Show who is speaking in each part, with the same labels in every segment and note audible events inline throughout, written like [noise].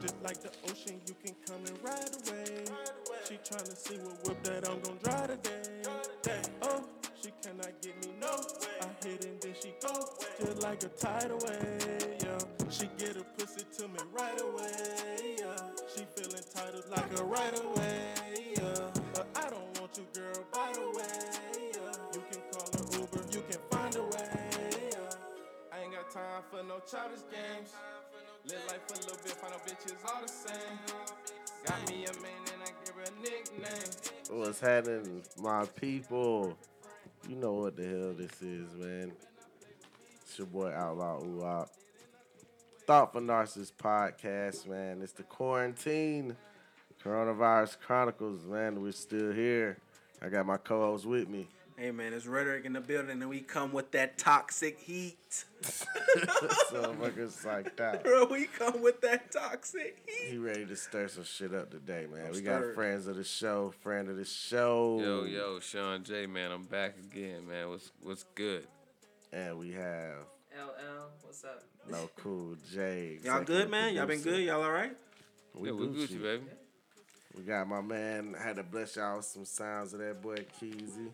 Speaker 1: Just like the ocean, you can come and ride away. She tryna see what whip that I'm gon' drive today. Dang, oh, she cannot get me no. I hit and then she go, just like a tidal wave. Yeah, she get her pussy to me right away. Yeah, she feel entitled like a right away. Yeah, but I don't want you, girl. By the way, yeah, you can call her Uber, you can find a way. Yeah. I ain't got time for no childish games. Live life a little bit, find out bitches all the same. Got me a man and I give her a nickname.
Speaker 2: What's happening, my people? You know what the hell this is, man. It's your boy Outlaw Uwop. Thoughtful Narcissist Podcast, man. It's the quarantine coronavirus chronicles, man. We're still here. I got my co-host with me. [laughs]
Speaker 3: Hey man, it's rhetoric in the building, and we come with that toxic heat. [laughs]
Speaker 2: so fuckers psyched out.
Speaker 3: Bro, we come with that toxic heat.
Speaker 2: He ready to stir some shit up today, man. we got
Speaker 3: stirred.
Speaker 2: friends of the show, friend of the show.
Speaker 4: Yo, yo, Sean J, man, I'm back again, man. What's what's good?
Speaker 2: And we have
Speaker 5: LL, what's up?
Speaker 2: No Cool J.
Speaker 3: Y'all good,
Speaker 2: executive
Speaker 3: man? Y'all been
Speaker 2: producer.
Speaker 3: good? Y'all all right?
Speaker 2: We
Speaker 4: yeah, we
Speaker 2: Gucci.
Speaker 4: Gucci, baby.
Speaker 2: We got my man. Had to bless y'all with some sounds of that boy Keezy.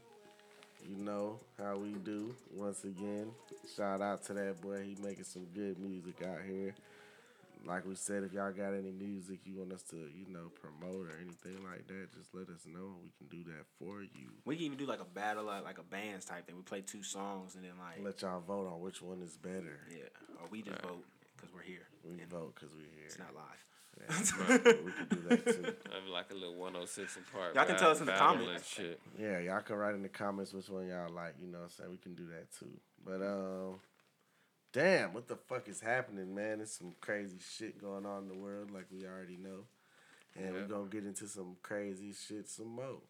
Speaker 2: You know how we do. Once again, shout out to that boy. He making some good music out here. Like we said, if y'all got any music you want us to, you know, promote or anything like that, just let us know. We can do that for you.
Speaker 3: We can even do like a battle, like, like a bands type thing. We play two songs, and then like,
Speaker 2: Let y'all vote on which one is better.
Speaker 3: yeah, or we just vote because we're here.
Speaker 2: We
Speaker 3: and
Speaker 2: vote because we're here.
Speaker 3: It's not live.
Speaker 2: we can do
Speaker 3: [laughs]
Speaker 2: that too.
Speaker 4: I'm like a little 106 in part.
Speaker 3: Y'all can
Speaker 4: ba-
Speaker 3: tell us in the
Speaker 4: battle
Speaker 3: comments.
Speaker 4: and Shit.
Speaker 2: Yeah, y'all can write in the comments which one y'all like. You know what I'm saying? We can do that too. But um damn, what the fuck is happening, man? There's some crazy shit going on in the world like we already know. And we're
Speaker 4: Yeah.
Speaker 2: gonna get into some crazy shit some more.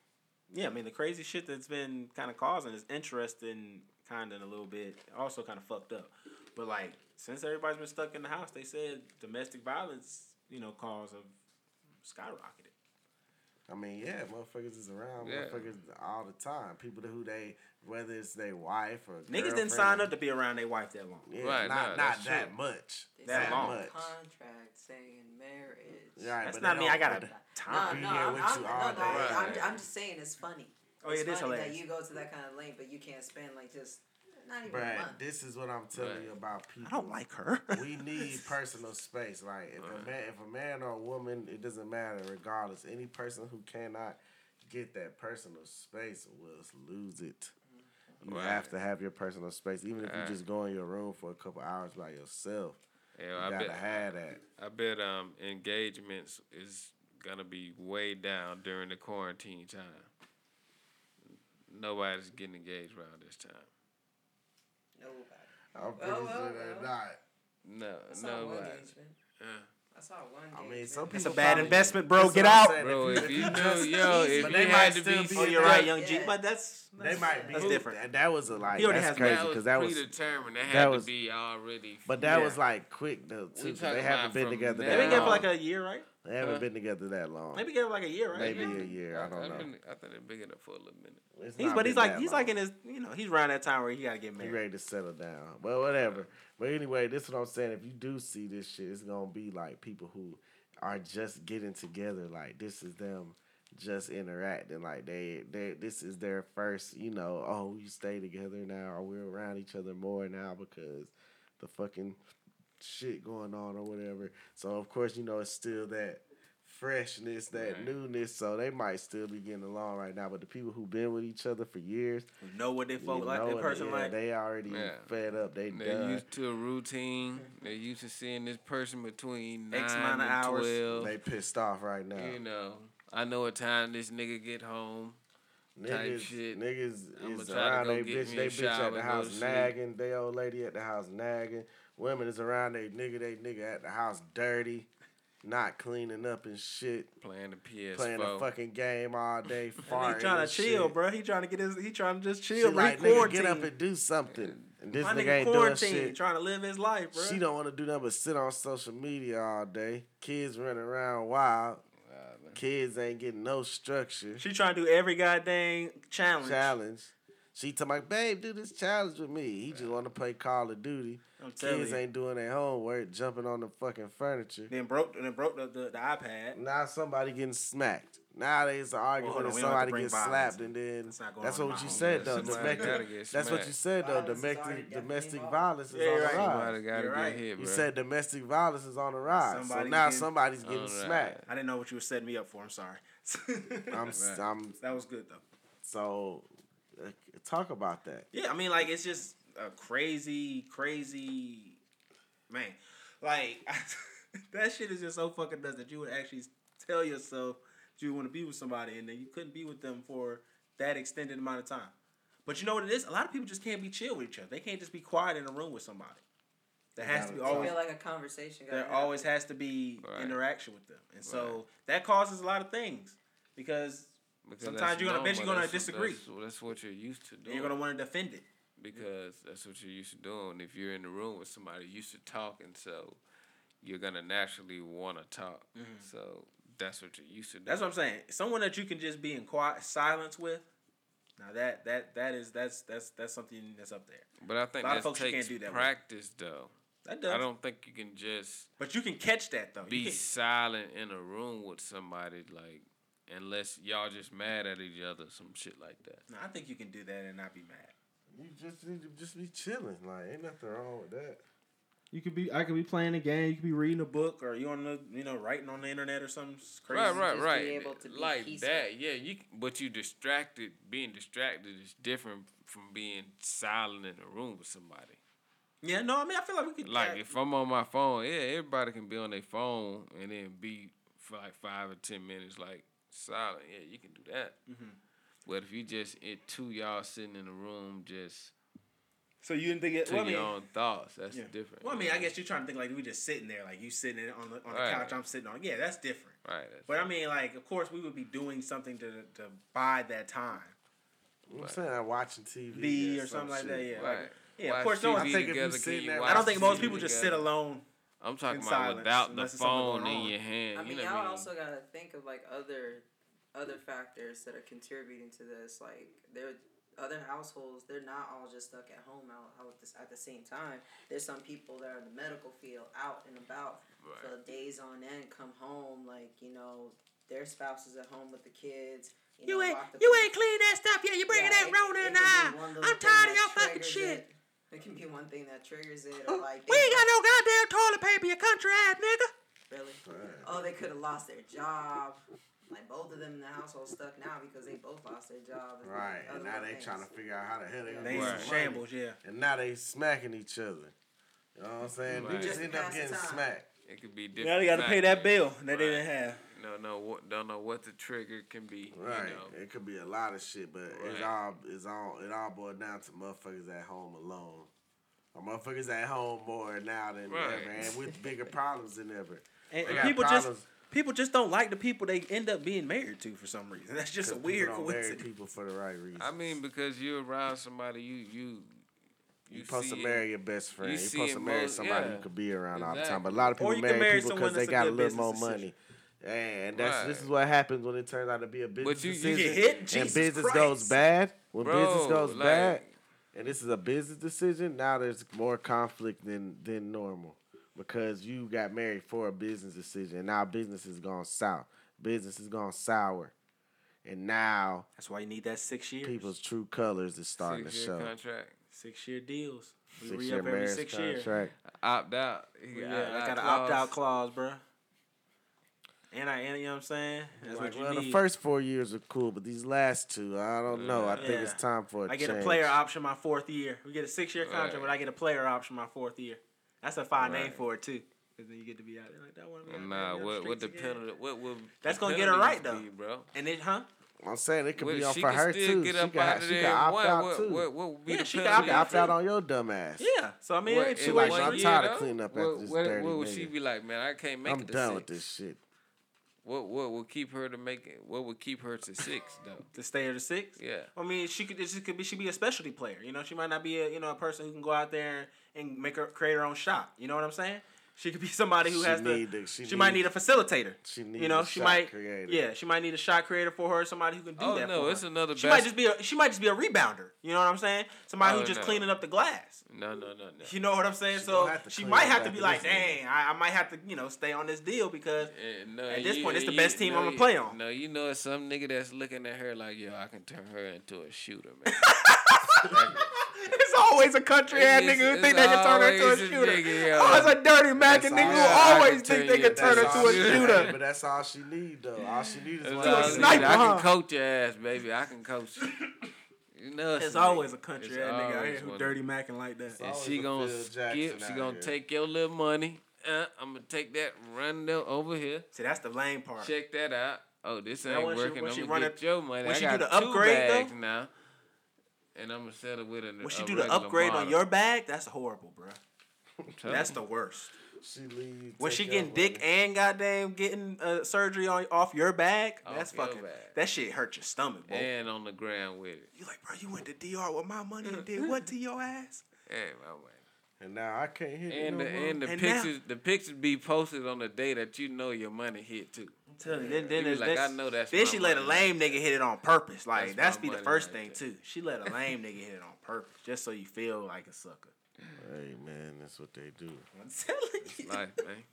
Speaker 3: Yeah, I mean the crazy shit that's been kind of causing is interesting, kind of a little bit, also kind of fucked up. But like since everybody's been stuck in the house, they said domestic violence, you know, cause of skyrocketed.
Speaker 2: I mean, yeah, motherfuckers is around
Speaker 4: Yeah.
Speaker 2: motherfuckers all the time. People who they whether it's their wife or
Speaker 3: Niggas didn't sign up to be around their wife that long.
Speaker 2: yeah,
Speaker 4: Right,
Speaker 2: not,
Speaker 4: nah,
Speaker 2: not
Speaker 4: that's
Speaker 2: that
Speaker 4: true.
Speaker 2: much.
Speaker 5: They
Speaker 2: That
Speaker 3: signed a
Speaker 2: much.
Speaker 5: Contract saying marriage.
Speaker 2: Right,
Speaker 3: That's
Speaker 2: but
Speaker 3: not
Speaker 2: they
Speaker 3: me. I
Speaker 2: don't-
Speaker 3: got a
Speaker 5: No,
Speaker 3: time.
Speaker 2: be
Speaker 5: no,
Speaker 2: here
Speaker 5: I'm,
Speaker 2: with
Speaker 5: I'm,
Speaker 2: you
Speaker 5: no,
Speaker 2: all
Speaker 5: no,
Speaker 2: day.
Speaker 5: I'm, I'm just saying it's funny.
Speaker 3: Oh,
Speaker 5: it's
Speaker 3: yeah, it is
Speaker 5: funny
Speaker 3: hilarious.
Speaker 5: that you go to that kind of length, but you can't spend like just not even a
Speaker 2: Brad,
Speaker 5: month.
Speaker 2: this is what I'm telling
Speaker 4: Right.
Speaker 2: you about people.
Speaker 3: I don't like her. [laughs]
Speaker 2: we need personal space. Like if a man, if a man or a woman, it doesn't matter. Regardless, any person who cannot get that personal space will lose it. You
Speaker 4: Right.
Speaker 2: have to have your personal space, even if you
Speaker 4: Right.
Speaker 2: just go in your room for a couple hours by yourself. You
Speaker 4: Yeah, I
Speaker 2: gotta
Speaker 4: bet
Speaker 2: have that.
Speaker 4: I bet um engagements is gonna be way down during the quarantine time. Nobody's getting engaged around this time.
Speaker 5: Nobody.
Speaker 2: I'm pretty
Speaker 3: Oh,
Speaker 5: Well, well,
Speaker 2: sure they're
Speaker 5: well.
Speaker 2: not.
Speaker 4: No,
Speaker 5: I saw one
Speaker 4: nobody.
Speaker 5: engagement.
Speaker 4: Yeah.
Speaker 5: I saw one
Speaker 2: I
Speaker 5: engagement.
Speaker 2: mean, some people.
Speaker 3: That's a bad
Speaker 2: probably-
Speaker 3: investment, bro.
Speaker 2: That's
Speaker 3: Get
Speaker 2: what I'm
Speaker 3: out.
Speaker 2: saying.
Speaker 4: Bro, if you know,
Speaker 5: just-
Speaker 4: yo, if
Speaker 2: But
Speaker 4: you
Speaker 2: they might
Speaker 4: had to
Speaker 2: still
Speaker 4: be,
Speaker 2: be
Speaker 3: oh,
Speaker 2: in
Speaker 3: you're
Speaker 2: that-
Speaker 3: right, young G.
Speaker 5: Yeah.
Speaker 3: But that's,
Speaker 2: They might be
Speaker 3: That's different.
Speaker 2: That, that was a like.
Speaker 3: He already
Speaker 2: That's
Speaker 3: has-
Speaker 2: crazy
Speaker 4: that was
Speaker 2: because that was.
Speaker 4: predetermined. That,
Speaker 2: that
Speaker 4: had
Speaker 2: was-
Speaker 4: to be already.
Speaker 2: But that
Speaker 3: Yeah.
Speaker 2: was like quick though too. 'cause They
Speaker 4: talking
Speaker 2: haven't
Speaker 4: about
Speaker 2: been
Speaker 4: from
Speaker 2: together
Speaker 4: now
Speaker 3: they've been together
Speaker 2: that
Speaker 3: for
Speaker 2: long.
Speaker 3: like a Uh. year, right?
Speaker 2: They haven't
Speaker 4: Huh?
Speaker 2: been together that long.
Speaker 3: They've been together for like a year, right?
Speaker 2: Maybe
Speaker 3: Yeah.
Speaker 2: a year. I don't
Speaker 4: I've
Speaker 2: know.
Speaker 4: been- I think they've been together for a little minute.
Speaker 2: It's
Speaker 3: He's
Speaker 2: not
Speaker 3: but
Speaker 2: been
Speaker 3: he's like
Speaker 2: that
Speaker 3: he's like
Speaker 2: long.
Speaker 3: in his you know he's around that time where he gotta get
Speaker 2: He
Speaker 3: married.
Speaker 2: ready to settle down. But whatever. But anyway, this is what I'm saying. If you do see this shit, it's gonna be like people who are just getting together. Like this is them just interacting. Like they they this is their first, you know, oh we stay together now or we're around each other more now because the fucking shit going on or whatever. So of course, you know, it's still that freshness, that
Speaker 4: Right.
Speaker 2: newness. So they might still be getting along right now. But the people who've been with each other for years,
Speaker 3: You know what they
Speaker 2: you
Speaker 3: folk like
Speaker 2: know
Speaker 3: that
Speaker 2: it,
Speaker 3: person
Speaker 2: yeah,
Speaker 3: like.
Speaker 2: they already
Speaker 4: Yeah.
Speaker 2: fed up. They
Speaker 4: They're
Speaker 2: done.
Speaker 4: used to a routine. They're used to seeing this person between nine
Speaker 3: X
Speaker 4: and
Speaker 3: amount of hours.
Speaker 4: twelve.
Speaker 2: they pissed off right now.
Speaker 4: You know, I know what time this nigga get home. type
Speaker 2: niggas,
Speaker 4: shit.
Speaker 2: niggas
Speaker 4: I'ma
Speaker 2: is
Speaker 4: try to
Speaker 2: around
Speaker 4: go
Speaker 2: they
Speaker 4: get
Speaker 2: bitch.
Speaker 4: me
Speaker 2: They
Speaker 4: a
Speaker 2: bitch at
Speaker 4: shower,
Speaker 2: the
Speaker 4: go
Speaker 2: house
Speaker 4: sleep.
Speaker 2: nagging. They old lady at the house nagging. Women is around they nigga. They nigga at the house dirty, not cleaning up and shit.
Speaker 4: Playing the PS4.
Speaker 2: Playing a fucking game
Speaker 4: [laughs]
Speaker 2: all day, farting.
Speaker 3: He trying
Speaker 2: and
Speaker 3: to chill,
Speaker 2: shit.
Speaker 3: bro. He trying to get his. He trying to just
Speaker 2: She
Speaker 3: chill. bro.
Speaker 2: like
Speaker 3: he
Speaker 2: nigga, get
Speaker 3: quarantined.
Speaker 2: up and do something. And this
Speaker 3: My
Speaker 2: nigga,
Speaker 3: nigga
Speaker 2: ain't doing
Speaker 3: quarantined,
Speaker 2: shit.
Speaker 3: trying to live his life, bro.
Speaker 2: She don't want to do nothing but sit on social media all day. Kids running around wild.
Speaker 4: Wow, man.
Speaker 2: Kids ain't getting no structure.
Speaker 3: She trying to do every goddamn challenge.
Speaker 2: challenge. She talking like, babe, do this challenge with me. He just want to play Call of Duty.
Speaker 3: I'm telling
Speaker 2: Kids
Speaker 3: you.
Speaker 2: ain't doing their homework, jumping on the fucking furniture.
Speaker 3: Then broke then broke the, the, the iPad.
Speaker 2: Now somebody getting smacked. Nowadays the argument
Speaker 3: hold on,
Speaker 2: is
Speaker 3: we don't have to
Speaker 2: somebody
Speaker 3: bring
Speaker 2: gets
Speaker 3: violence
Speaker 2: slapped
Speaker 3: in.
Speaker 2: and then
Speaker 3: That's not going
Speaker 2: that's
Speaker 3: on in
Speaker 2: what
Speaker 3: my
Speaker 2: you
Speaker 3: home.
Speaker 2: said though.
Speaker 4: Somebody gotta
Speaker 2: Domestic,
Speaker 4: get
Speaker 2: that's what you
Speaker 4: smacked.
Speaker 2: said though.
Speaker 5: Violence is already
Speaker 2: Domestic
Speaker 5: definitely
Speaker 2: domestic
Speaker 5: involved.
Speaker 2: violence is
Speaker 3: Yeah,
Speaker 2: on the
Speaker 3: right.
Speaker 2: rise.
Speaker 4: Somebody gotta
Speaker 3: You're
Speaker 4: get
Speaker 3: right.
Speaker 4: hit,
Speaker 2: You
Speaker 4: bro.
Speaker 2: said domestic violence is on the rise. so
Speaker 3: Somebody
Speaker 2: now
Speaker 3: getting-
Speaker 2: somebody's getting
Speaker 4: All right.
Speaker 2: smacked.
Speaker 3: I didn't know what you were setting me up for. I'm sorry.
Speaker 2: I'm s- I'm
Speaker 3: [laughs] that was good though.
Speaker 2: so uh, talk about that.
Speaker 3: Yeah, I mean, like it's just a crazy, crazy man. Like [laughs] that shit is just so fucking nuts that you would actually tell yourself that you want to be with somebody and then you couldn't be with them for that extended amount of time. But you know what it is? A lot of people just can't be chill with each other. They can't just be quiet in a room with somebody. There has to be
Speaker 5: I
Speaker 3: always
Speaker 5: feel like a conversation. gotta
Speaker 3: there
Speaker 5: happen.
Speaker 3: always has to be
Speaker 4: Right.
Speaker 3: interaction with them, and so that causes a lot of things because
Speaker 4: Because
Speaker 3: Sometimes
Speaker 4: that's
Speaker 3: you're gonna- I bet you're
Speaker 4: normal.
Speaker 3: gonna
Speaker 4: That's-
Speaker 3: disagree.
Speaker 4: That's, that's what you're used to doing.
Speaker 3: you're gonna want to defend it.
Speaker 4: because that's what you're used to doing. If you're in the room with somebody you're used to talking, so you're gonna naturally want to talk. So that's what you're used to. Doing.
Speaker 3: Mm-hmm. That's what I'm saying. Someone that you can just be in quiet silence with. Now that that that is that's that's that's something that's up there.
Speaker 4: But I think
Speaker 3: lot of
Speaker 4: that
Speaker 3: folks you can't
Speaker 4: takes
Speaker 3: do that with.
Speaker 4: practice, though.
Speaker 3: That does.
Speaker 4: I don't think you can just
Speaker 3: but you can catch that though. [laughs]
Speaker 4: be
Speaker 3: You can,
Speaker 4: silent in a room with somebody like. Unless y'all just mad at each other, some shit like that.
Speaker 3: no, I think you can do that and not be mad.
Speaker 2: You just need to just be chilling. Like ain't nothing wrong with that.
Speaker 3: You could be. I could be playing a game. You could be reading a book, or you on the you know writing on the internet or something crazy.
Speaker 4: Right, right,
Speaker 5: just be
Speaker 4: right.
Speaker 5: able to be
Speaker 4: like
Speaker 5: peaceful.
Speaker 4: that, yeah. You, c- but you distracted. Being distracted is different from being silent in a room with somebody.
Speaker 3: Yeah, no, I mean I feel like we could
Speaker 4: Like if I'm on my phone, yeah, everybody can be on their phone and then be for like five or ten minutes, like silent. Yeah, you can do that.
Speaker 3: Mm-hmm.
Speaker 4: But if you just it two y'all sitting in a room just
Speaker 3: So you didn't think it.
Speaker 4: to
Speaker 3: Well, I mean,
Speaker 4: your own thoughts, that's
Speaker 3: yeah.
Speaker 4: different.
Speaker 3: Well, I
Speaker 4: you
Speaker 3: mean, I
Speaker 4: know?
Speaker 3: guess you're trying to think like we just sitting there, like you sitting there on the on the
Speaker 4: Right.
Speaker 3: couch. I'm sitting on. Yeah, that's different.
Speaker 4: right. That's
Speaker 3: But I mean, like, of course, we would be doing something to to buy that time,
Speaker 2: I'm saying I'm watching TV
Speaker 3: be or something like that. Yeah, like,
Speaker 4: right.
Speaker 3: yeah.
Speaker 4: Watch
Speaker 3: of course, no.
Speaker 4: TV
Speaker 3: one-
Speaker 2: I think if you
Speaker 4: together,
Speaker 2: sit
Speaker 4: can you
Speaker 2: there-
Speaker 4: watch
Speaker 3: I don't think most
Speaker 4: TV
Speaker 3: people just sit
Speaker 4: together?
Speaker 3: alone.
Speaker 4: I'm talking
Speaker 3: in
Speaker 4: about
Speaker 3: silence
Speaker 4: without the
Speaker 3: unless there's something
Speaker 4: phone
Speaker 3: going
Speaker 4: in
Speaker 3: on.
Speaker 4: your hand.
Speaker 5: I mean,
Speaker 4: you know
Speaker 5: y'all
Speaker 4: what I mean?
Speaker 5: also gotta think of like other other factors that are contributing to this. Like there other households, they're not all just stuck at home out, out at, this, at the same time. There's some people that are in the medical field, out and about for days on end. Come home, like you know, their spouse is at home with the kids. You, know, locked up in-
Speaker 3: clean that stuff. Yeah, you
Speaker 5: yeah, it- it can be one little thing that triggers It. It can be one thing that triggers it, or like they-
Speaker 3: no goddamn toilet paper, you country ass nigga.
Speaker 5: Really?
Speaker 2: Right.
Speaker 5: Oh, they could have lost their job. Like both of them in the household stuck now because they both lost their job. and
Speaker 2: Right,
Speaker 5: other
Speaker 2: and now they
Speaker 5: things.
Speaker 2: trying to figure out how the hell they gonna
Speaker 3: They
Speaker 2: get
Speaker 3: in
Speaker 4: Right.
Speaker 2: some money.
Speaker 3: shambles, yeah.
Speaker 2: And now they smacking each other. You know what I'm saying?
Speaker 4: Right.
Speaker 2: They just
Speaker 5: Just
Speaker 2: end
Speaker 5: pass
Speaker 2: up
Speaker 5: the
Speaker 2: getting
Speaker 5: time.
Speaker 2: smacked.
Speaker 4: It could be different.
Speaker 3: Now they got to pay that
Speaker 4: factors.
Speaker 3: bill that they
Speaker 4: Right.
Speaker 3: didn't have.
Speaker 4: No, no, what, don't know what the trigger can be.
Speaker 2: Right.
Speaker 4: You know.
Speaker 2: It could be a lot of shit, but
Speaker 4: Right.
Speaker 2: it's all it's all it all boiled down to motherfuckers at home alone. Or motherfuckers at home more now than
Speaker 4: Right.
Speaker 2: ever, and with bigger problems than ever.
Speaker 3: And,
Speaker 2: They
Speaker 3: and
Speaker 2: got
Speaker 3: people just
Speaker 2: problems
Speaker 3: people just don't like the people they end up being married to for some reason. That's just a
Speaker 2: 'cause people
Speaker 3: weird
Speaker 2: don't marry
Speaker 3: coincidence.
Speaker 2: People for the right reason.
Speaker 4: I mean, because you're around somebody, you you
Speaker 2: you supposed to
Speaker 4: see it.
Speaker 2: marry your best friend.
Speaker 4: you
Speaker 2: You are
Speaker 4: see
Speaker 2: supposed
Speaker 4: it
Speaker 2: to marry
Speaker 4: most-
Speaker 2: somebody
Speaker 4: yeah.
Speaker 2: you could be around all the time. But a
Speaker 4: Exactly.
Speaker 2: lot of
Speaker 3: Or you
Speaker 2: people
Speaker 3: can
Speaker 2: marry,
Speaker 3: marry
Speaker 2: people
Speaker 3: someone
Speaker 2: because they
Speaker 3: that's a
Speaker 2: got a
Speaker 3: good
Speaker 2: little more
Speaker 3: business decision.
Speaker 2: money. And that's this
Speaker 4: Right.
Speaker 2: is what happens when it turns out to be a business
Speaker 4: you- you
Speaker 2: decision.
Speaker 4: get
Speaker 3: hit?
Speaker 2: and
Speaker 3: Jesus
Speaker 2: business
Speaker 3: Christ.
Speaker 2: goes bad. When
Speaker 4: Bro,
Speaker 2: business goes
Speaker 4: like-
Speaker 2: bad, and this is a business decision, now there's more conflict than than normal because you got married for a business decision, and now business has gone south. Business has gone sour, and now
Speaker 3: That's why you need that six years.
Speaker 2: people's true colors is starting to
Speaker 4: six year
Speaker 2: show.
Speaker 4: contract.
Speaker 3: Six year deals. We re
Speaker 2: Six-year
Speaker 3: up every
Speaker 2: marriage
Speaker 3: six year.
Speaker 2: contract.
Speaker 4: Opt out. You
Speaker 3: Yeah,
Speaker 4: got
Speaker 3: I got an
Speaker 4: clause.
Speaker 3: opt out clause, bro. And I, and you know what I'm saying? That's
Speaker 2: Like,
Speaker 3: what you
Speaker 2: well,
Speaker 3: need.
Speaker 2: the first four years are cool, but these last two, I don't know. I think it's
Speaker 3: Yeah.
Speaker 2: time for a
Speaker 3: I get a
Speaker 2: change.
Speaker 3: player option my fourth year. We get a six year contract,
Speaker 4: Right.
Speaker 3: but I get a player option my fourth year. That's a fine name
Speaker 4: Right.
Speaker 3: for it too, because then you get to be out there like that one.
Speaker 4: Well, Nah, what what the penalty? What will
Speaker 3: That's
Speaker 4: the
Speaker 3: gonna get her right,
Speaker 4: penalties be,
Speaker 3: though.
Speaker 4: bro?
Speaker 3: And then, huh?
Speaker 2: I'm saying it could
Speaker 4: Well,
Speaker 2: be on
Speaker 4: she
Speaker 2: for
Speaker 4: can
Speaker 2: her
Speaker 4: still
Speaker 2: too.
Speaker 4: get
Speaker 2: she
Speaker 4: up
Speaker 2: can,
Speaker 4: out
Speaker 2: ha-
Speaker 4: of
Speaker 2: she
Speaker 4: there.
Speaker 2: can opt
Speaker 4: what,
Speaker 2: out
Speaker 4: what,
Speaker 2: too.
Speaker 4: What, what would be
Speaker 3: Yeah,
Speaker 4: the
Speaker 3: she can
Speaker 4: penalty?
Speaker 2: She can opt out
Speaker 3: too.
Speaker 2: on your dumb ass.
Speaker 3: Yeah. So I mean,
Speaker 4: What,
Speaker 3: it's
Speaker 4: in
Speaker 2: She
Speaker 3: two
Speaker 2: like,
Speaker 3: ways
Speaker 4: one
Speaker 2: I'm
Speaker 3: you
Speaker 4: year,
Speaker 3: get-
Speaker 2: tired of
Speaker 4: though?
Speaker 2: cleaning up after
Speaker 4: What,
Speaker 2: this
Speaker 4: what,
Speaker 2: dirty
Speaker 4: what would she
Speaker 2: nigga.
Speaker 4: be like, man? I can't make
Speaker 2: I'm
Speaker 4: it to
Speaker 2: done
Speaker 4: six.
Speaker 2: with this shit.
Speaker 4: What what would keep her to make it? What would keep her to six though?
Speaker 3: to stay at a six.
Speaker 4: Yeah.
Speaker 3: I mean, she could. She could be. She be a specialty player. You know, she might not be a you know a person who can go out there and make her create her own shot. You know what I'm saying? She could be [laughs] somebody who
Speaker 2: She
Speaker 3: has to.
Speaker 2: need to-
Speaker 3: she
Speaker 2: she
Speaker 3: might
Speaker 2: need-
Speaker 3: need a facilitator.
Speaker 2: She needs
Speaker 3: You know,
Speaker 2: a
Speaker 3: she
Speaker 2: shot
Speaker 3: might.
Speaker 2: creator.
Speaker 3: Yeah, she might need a shot creator for her. Somebody who can do
Speaker 4: Oh,
Speaker 3: that.
Speaker 4: no,
Speaker 3: for her.
Speaker 4: it's another
Speaker 3: She might
Speaker 4: bas-
Speaker 3: just be. A, she might just be a rebounder. You know what I'm saying? Somebody
Speaker 4: Oh,
Speaker 3: who's just
Speaker 4: no.
Speaker 3: cleaning up the glass.
Speaker 4: No, no, no, no.
Speaker 3: You know what I'm saying?
Speaker 2: She
Speaker 3: so
Speaker 2: gonna have to
Speaker 3: she
Speaker 2: clean
Speaker 3: might
Speaker 2: up
Speaker 3: have to
Speaker 2: after
Speaker 3: be like,
Speaker 2: this nigga.
Speaker 3: dang, I, I might have to, you know, stay on this deal
Speaker 4: [laughs]
Speaker 3: because
Speaker 4: And, no,
Speaker 3: At this
Speaker 4: you-
Speaker 3: point, it's the
Speaker 4: you-
Speaker 3: best team
Speaker 4: no,
Speaker 3: I'ma
Speaker 4: you-
Speaker 3: play on.
Speaker 4: No, you know, it's some nigga that's looking at her like, yo, I can turn her into a shooter,
Speaker 3: [laughs]
Speaker 4: man. Like,
Speaker 3: it's always a country ass
Speaker 4: It's-
Speaker 3: nigga who
Speaker 4: it's
Speaker 3: think they can turn her into a
Speaker 4: always a
Speaker 3: shooter.
Speaker 4: nigga, yo.
Speaker 3: oh, it's a dirty Mackin
Speaker 2: That's
Speaker 3: nigga who
Speaker 2: all I
Speaker 3: always
Speaker 4: can
Speaker 3: think
Speaker 4: tell
Speaker 3: they
Speaker 4: you.
Speaker 3: can turn her
Speaker 4: That's
Speaker 3: to
Speaker 2: all
Speaker 3: a
Speaker 2: she need,
Speaker 3: shooter.
Speaker 2: But that's all she need though. All she need is
Speaker 4: That's
Speaker 2: one
Speaker 4: all
Speaker 3: a
Speaker 4: I
Speaker 2: shooter.
Speaker 4: need.
Speaker 3: sniper,
Speaker 4: I can
Speaker 3: huh?
Speaker 4: coach your ass, baby. I can coach you. You know,
Speaker 3: It's
Speaker 4: a nigga.
Speaker 3: always a country
Speaker 4: It's
Speaker 3: ass nigga out
Speaker 4: always
Speaker 3: here who
Speaker 4: one.
Speaker 3: dirty Mackin like that.
Speaker 4: And
Speaker 2: always
Speaker 4: she
Speaker 2: a
Speaker 4: gonna
Speaker 2: Phil
Speaker 4: skip.
Speaker 2: Jackson
Speaker 4: She
Speaker 2: out
Speaker 4: gonna
Speaker 2: here.
Speaker 4: take your little money. Uh, I'm gonna take that, run them over here,
Speaker 3: See, that's the lame part.
Speaker 4: check that out. Oh, this
Speaker 3: Now
Speaker 4: ain't
Speaker 3: when she-
Speaker 4: working.
Speaker 3: when she
Speaker 4: I'm
Speaker 3: run
Speaker 4: gonna get
Speaker 3: it-
Speaker 4: your money.
Speaker 3: when
Speaker 4: I
Speaker 3: she do
Speaker 4: got
Speaker 3: the
Speaker 4: two
Speaker 3: upgrade, though?
Speaker 4: bags now, and I'm gonna settle with an.
Speaker 3: When she
Speaker 4: a
Speaker 3: do the
Speaker 4: regular
Speaker 3: upgrade
Speaker 4: model.
Speaker 3: on your bag, that's horrible, bro.
Speaker 4: Tell
Speaker 3: That's
Speaker 4: me.
Speaker 3: the worst.
Speaker 2: She leave.
Speaker 3: When
Speaker 2: take
Speaker 3: she
Speaker 2: your
Speaker 3: getting dick
Speaker 2: money.
Speaker 3: and goddamn getting uh, surgery on off your back,
Speaker 4: Off
Speaker 3: that's
Speaker 4: your
Speaker 3: fucking.
Speaker 4: back.
Speaker 3: That shit hurt your stomach, bro.
Speaker 4: and on the ground with it.
Speaker 3: You like, bro, you went to DR with my money and did what to your ass?
Speaker 4: Hey, my man.
Speaker 2: and now I can't hit it
Speaker 4: And
Speaker 2: no
Speaker 4: the
Speaker 2: more.
Speaker 4: and the
Speaker 3: And now-
Speaker 4: pictures the pictures be posted on the day that you know your money
Speaker 3: [laughs]
Speaker 4: hit too.
Speaker 3: [laughs] I'm telling you, then, then,
Speaker 4: You was
Speaker 3: there's-
Speaker 4: like,
Speaker 3: then-
Speaker 4: I know that's
Speaker 3: then
Speaker 4: my
Speaker 3: she let a
Speaker 4: money
Speaker 3: lame nigga hit it on purpose. Like
Speaker 4: That's my
Speaker 3: that's, be the
Speaker 4: money
Speaker 3: first
Speaker 4: right
Speaker 3: thing
Speaker 4: there.
Speaker 3: too. She let a lame nigga hit it on purpose just so you feel like a sucker.
Speaker 2: Hey man, that's what they do.
Speaker 3: I'm telling you.
Speaker 4: Life, man.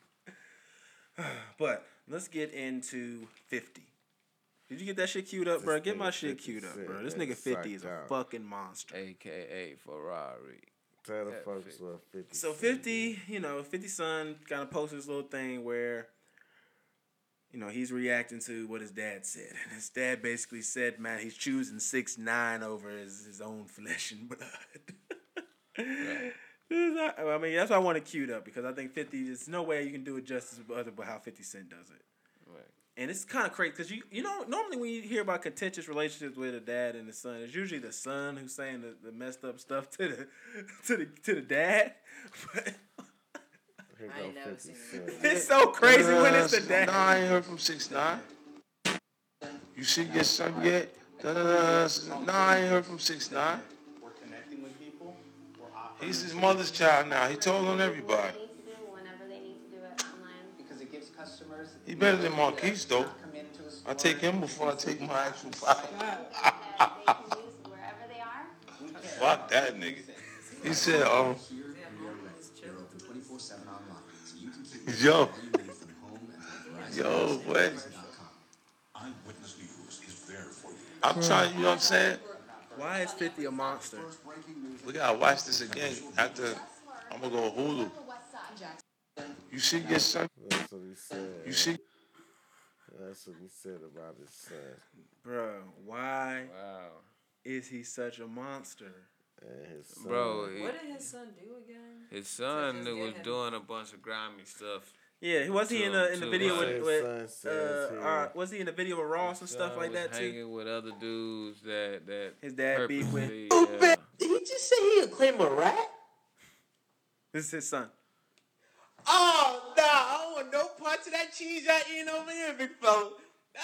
Speaker 3: But let's get into fifty. Did you get that shit queued up, bro?
Speaker 2: This
Speaker 3: Get my
Speaker 2: nigga
Speaker 3: shit
Speaker 2: 50
Speaker 3: queued up,
Speaker 2: said
Speaker 3: bro. This
Speaker 2: that
Speaker 3: nigga fifty
Speaker 2: psyched
Speaker 3: is a
Speaker 2: out.
Speaker 3: fucking monster.
Speaker 4: AKA Ferrari.
Speaker 2: Tell the
Speaker 4: That
Speaker 2: folks
Speaker 4: fit.
Speaker 2: what fifty.
Speaker 3: So
Speaker 2: said.
Speaker 3: fifty, you know, fifty son kind of posted this little thing where, you know, he's reacting to what his dad said, and his dad basically said, "Man, he's choosing six nine over his, his own flesh and blood." [laughs] This is not- I mean, that's why I want it queued up because I think fifty. There's no way you can do it justice with other but how Fifty Cent does it.
Speaker 4: Right.
Speaker 3: And it's kind of crazy because you you know normally when you hear about contentious relationships with a dad and the son, it's usually the son who's saying the, the messed up stuff to the to the to the dad. [laughs] But
Speaker 2: Here
Speaker 5: I
Speaker 2: go
Speaker 5: ain't never
Speaker 2: 50
Speaker 5: seen
Speaker 2: Cent.
Speaker 3: it's so crazy when it's the
Speaker 6: Nah,
Speaker 3: dad.
Speaker 6: I ain't heard from six nine. You should get some yet. Nah, nah, nah, nah, nah, I ain't heard from six nine.
Speaker 7: we're connecting with people, we're offering
Speaker 6: He's his mother's child now. He told on everybody.
Speaker 8: Whenever they need to do it online.
Speaker 7: because it gives customers.
Speaker 6: He better than Marquise though.
Speaker 7: Come into a store.
Speaker 6: I take him before I take my actual father.
Speaker 8: That they can use wherever they are.
Speaker 6: Fuck that nigga. He said, um,
Speaker 7: Twenty-four seven online, so you can keep
Speaker 6: yo,
Speaker 7: everything from home and wherever
Speaker 6: yo, boy.
Speaker 7: I come.
Speaker 9: Eyewitness News is there for you.
Speaker 6: I'm trying, you know what I'm saying?
Speaker 3: Why is Fifty a monster?
Speaker 6: We gotta watch this again after I'm gonna go Hulu. You should get some,
Speaker 2: That's what he said.
Speaker 6: you should
Speaker 2: That's what he said about his son.
Speaker 3: Bro, why
Speaker 4: Wow.
Speaker 3: is he such a monster?
Speaker 2: And his son. [laughs]
Speaker 4: Bro,
Speaker 5: What
Speaker 4: it-
Speaker 5: did his son do again?
Speaker 4: his son
Speaker 5: just get
Speaker 4: was
Speaker 5: him-
Speaker 4: doing a bunch of grimy stuff.
Speaker 3: Yeah, was he in the in the
Speaker 4: Too-
Speaker 3: video
Speaker 4: too
Speaker 3: with,
Speaker 2: His
Speaker 3: with
Speaker 2: son says
Speaker 3: uh,
Speaker 2: here,
Speaker 3: uh was he in the video with Ross and
Speaker 4: His
Speaker 3: stuff
Speaker 4: son
Speaker 3: like
Speaker 4: was
Speaker 3: that too?
Speaker 4: Hanging with other dudes that that
Speaker 3: His dad beef with-
Speaker 4: purposely, uh, yeah.
Speaker 10: Did he just say he would claim a rat?
Speaker 3: This is his son.
Speaker 10: Oh, no, I don't want no parts of that cheese y'all eating over here, big fella.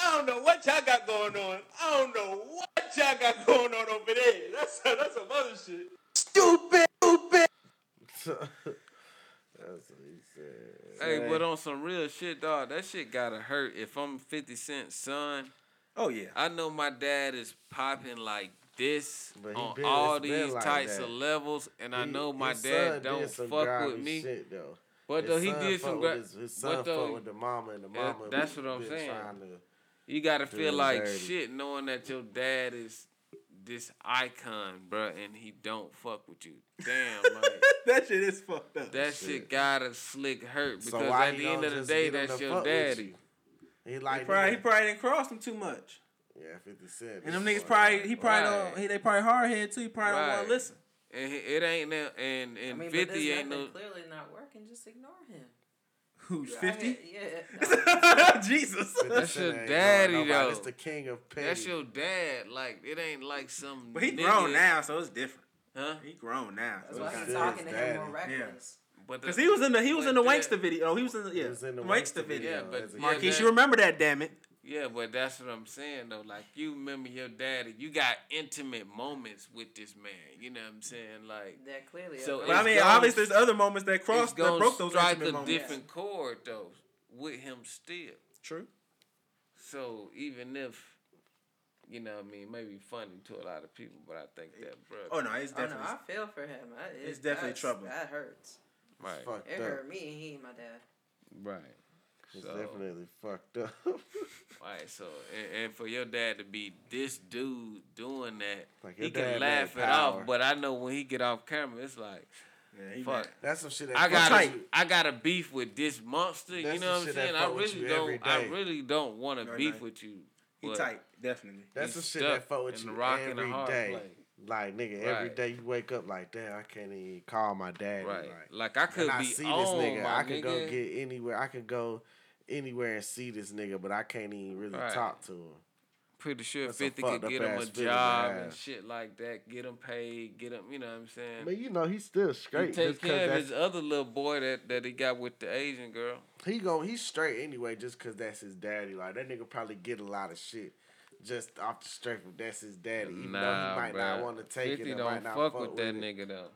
Speaker 10: I don't know what y'all got going on. I don't know what y'all got going on over there. That's, that's some other shit. Stupid, stupid.
Speaker 2: That's what he said.
Speaker 4: Hey, but on some real shit, dog, that shit gotta hurt. If I'm 50 Cent's son,
Speaker 3: Oh yeah. [laughs]
Speaker 4: I know my dad is popping like this
Speaker 2: But he
Speaker 4: on
Speaker 2: been-
Speaker 4: all
Speaker 2: it's been
Speaker 4: these
Speaker 2: like
Speaker 4: types
Speaker 2: that.
Speaker 4: of levels, and I
Speaker 2: He-
Speaker 4: know my
Speaker 2: his son
Speaker 4: dad
Speaker 2: did
Speaker 4: don't
Speaker 2: some
Speaker 4: fuck
Speaker 2: grimy
Speaker 4: with me.
Speaker 2: Shit, though.
Speaker 4: But
Speaker 2: His
Speaker 4: though he
Speaker 2: son
Speaker 4: did some
Speaker 2: fuck
Speaker 4: gra-
Speaker 2: with his, his son
Speaker 4: but
Speaker 2: fuck
Speaker 4: though
Speaker 2: with the mama and the
Speaker 4: Yeah,
Speaker 2: mama.
Speaker 4: that's what I'm
Speaker 2: been
Speaker 4: saying.
Speaker 2: trying to-
Speaker 4: you gotta feel
Speaker 2: Doing
Speaker 4: like
Speaker 2: dirty.
Speaker 4: shit knowing that your dad is this icon, bruh, and he don't fuck with you. Damn,
Speaker 2: [laughs]
Speaker 4: like
Speaker 3: that shit is fucked up.
Speaker 4: that shit
Speaker 2: Shit.
Speaker 4: gotta slick hurt because
Speaker 2: So why
Speaker 4: at
Speaker 2: he
Speaker 4: the
Speaker 2: don't
Speaker 4: end of the
Speaker 2: just
Speaker 4: day,
Speaker 2: get him
Speaker 4: that's
Speaker 2: to
Speaker 4: your
Speaker 2: fuck with
Speaker 4: daddy.
Speaker 2: you? He like
Speaker 3: he, probably, he
Speaker 2: nigga-
Speaker 3: probably didn't cross them too much.
Speaker 2: yeah, fifty cent.
Speaker 3: And
Speaker 2: is
Speaker 3: them niggas
Speaker 2: fucked
Speaker 3: probably
Speaker 2: up.
Speaker 3: he probably
Speaker 4: Right.
Speaker 3: don't he, they probably hard head too. He probably don't want
Speaker 4: Right.
Speaker 3: to listen.
Speaker 4: And he- it ain't no, and and
Speaker 5: I mean, but
Speaker 4: fifty
Speaker 5: there's
Speaker 4: ain't
Speaker 5: nothing
Speaker 4: no.
Speaker 5: clearly not working. Just ignore him.
Speaker 3: Who's
Speaker 5: I
Speaker 3: fifty?
Speaker 5: mean, [laughs]
Speaker 3: [laughs]
Speaker 5: yeah.
Speaker 3: Jesus.
Speaker 2: 50
Speaker 4: That's
Speaker 2: Cent
Speaker 4: your
Speaker 2: ain't going
Speaker 4: daddy,
Speaker 2: nobody.
Speaker 4: though.
Speaker 2: That's the king of petty.
Speaker 4: That's your dad. Like it ain't like some.
Speaker 3: [laughs] But he
Speaker 4: nigga,
Speaker 3: grown now, so it's different.
Speaker 4: huh?
Speaker 3: He grown now.
Speaker 5: That's
Speaker 3: So
Speaker 5: why
Speaker 3: it's
Speaker 2: Okay.
Speaker 5: he's
Speaker 3: kinda,
Speaker 2: Serious
Speaker 5: talking to him more
Speaker 3: daddy. Yeah.
Speaker 5: reckless.
Speaker 4: But
Speaker 3: Cause
Speaker 4: the-
Speaker 3: he was in the he was
Speaker 4: but
Speaker 3: in the
Speaker 4: that-
Speaker 3: Wankster video. Oh, he was in the yeah
Speaker 2: He was in the
Speaker 3: Wankster
Speaker 2: Wankster video.
Speaker 3: video.
Speaker 4: Yeah,
Speaker 2: As a
Speaker 4: but yeah,
Speaker 2: kid.
Speaker 3: Marquise,
Speaker 4: that-
Speaker 3: you remember that? Damn it!
Speaker 4: Yeah, but that's what I'm saying though. Like you remember your daddy, you got intimate moments with this man. You know what I'm saying? Like
Speaker 5: That clearly.
Speaker 4: So
Speaker 5: okay.
Speaker 3: But I
Speaker 4: It's
Speaker 3: mean,
Speaker 4: gonna-
Speaker 3: obviously, there's other moments that
Speaker 4: it's
Speaker 3: crossed that
Speaker 4: gonna
Speaker 3: broke those
Speaker 4: strike
Speaker 3: intimate
Speaker 4: a
Speaker 3: moments.
Speaker 4: different chord though with him still.
Speaker 3: True.
Speaker 4: So even if you know, what I mean, it may be funny to a lot of people, but I think that, bro.
Speaker 3: Oh no, it's
Speaker 5: oh no,
Speaker 3: definitely
Speaker 5: I feel for him. I, it-
Speaker 3: It's definitely
Speaker 5: that's-
Speaker 3: trouble.
Speaker 5: That hurts.
Speaker 4: right,
Speaker 2: fucked
Speaker 5: It
Speaker 2: up.
Speaker 5: hurt me. and He ain't my dad.
Speaker 4: right.
Speaker 2: It's
Speaker 4: So-
Speaker 2: definitely fucked up. [laughs]
Speaker 4: Right, so and, and for your dad to be this dude doing that,
Speaker 2: Like, your
Speaker 4: he can
Speaker 2: dad
Speaker 4: laugh it
Speaker 2: had power.
Speaker 4: off. But I know when he get off camera, it's like,
Speaker 3: Yeah, he
Speaker 4: fuck,
Speaker 3: mad.
Speaker 2: That's some shit that
Speaker 4: I
Speaker 2: fuck
Speaker 4: got a,
Speaker 2: with you.
Speaker 4: I got a beef with this monster.
Speaker 2: That's
Speaker 4: you
Speaker 2: the
Speaker 4: know what I'm
Speaker 2: shit that
Speaker 4: saying? I
Speaker 2: fuck with
Speaker 4: really
Speaker 2: you every
Speaker 4: don't. I
Speaker 2: day.
Speaker 4: really don't want to
Speaker 3: Every
Speaker 4: beef
Speaker 3: night.
Speaker 4: with you.
Speaker 3: He
Speaker 4: but
Speaker 3: tight, definitely.
Speaker 2: That's
Speaker 4: he's
Speaker 2: some shit
Speaker 4: stuck
Speaker 2: that fuck with
Speaker 4: in
Speaker 2: you
Speaker 4: the rock and the
Speaker 2: every
Speaker 4: hard
Speaker 2: day.
Speaker 4: place.
Speaker 2: Like nigga, every
Speaker 4: Right.
Speaker 2: day you wake up like, damn, I can't even call my daddy.
Speaker 4: Right,
Speaker 2: Like,
Speaker 4: like I could
Speaker 2: and I
Speaker 4: be
Speaker 2: see
Speaker 4: on
Speaker 2: this nigga.
Speaker 4: my
Speaker 2: I can go
Speaker 4: nigga.
Speaker 2: get anywhere. I can go anywhere and see this nigga, but I can't even really
Speaker 4: Right.
Speaker 2: talk to him.
Speaker 4: pretty sure
Speaker 2: That's a
Speaker 4: Fifty could
Speaker 2: fucked up
Speaker 4: get him
Speaker 2: ass
Speaker 4: a
Speaker 2: feeling to
Speaker 4: job
Speaker 2: have.
Speaker 4: and shit like that. Get him paid. Get him. You know what I'm saying?
Speaker 2: But you know, he's still
Speaker 4: he
Speaker 2: straight.
Speaker 4: take
Speaker 2: just 'cause
Speaker 4: care of
Speaker 2: that's-
Speaker 4: his other little boy that, that he got with the Asian girl.
Speaker 2: He go he's straight anyway, just cause that's his daddy. Like that nigga probably get a lot of shit just off the strength of that's his daddy. Even though
Speaker 4: Nah,
Speaker 2: he might not
Speaker 4: bruh.
Speaker 2: want to take it,
Speaker 4: Fifty
Speaker 2: or
Speaker 4: don't
Speaker 2: might
Speaker 4: fuck,
Speaker 2: not
Speaker 4: with that
Speaker 2: it.
Speaker 4: nigga though.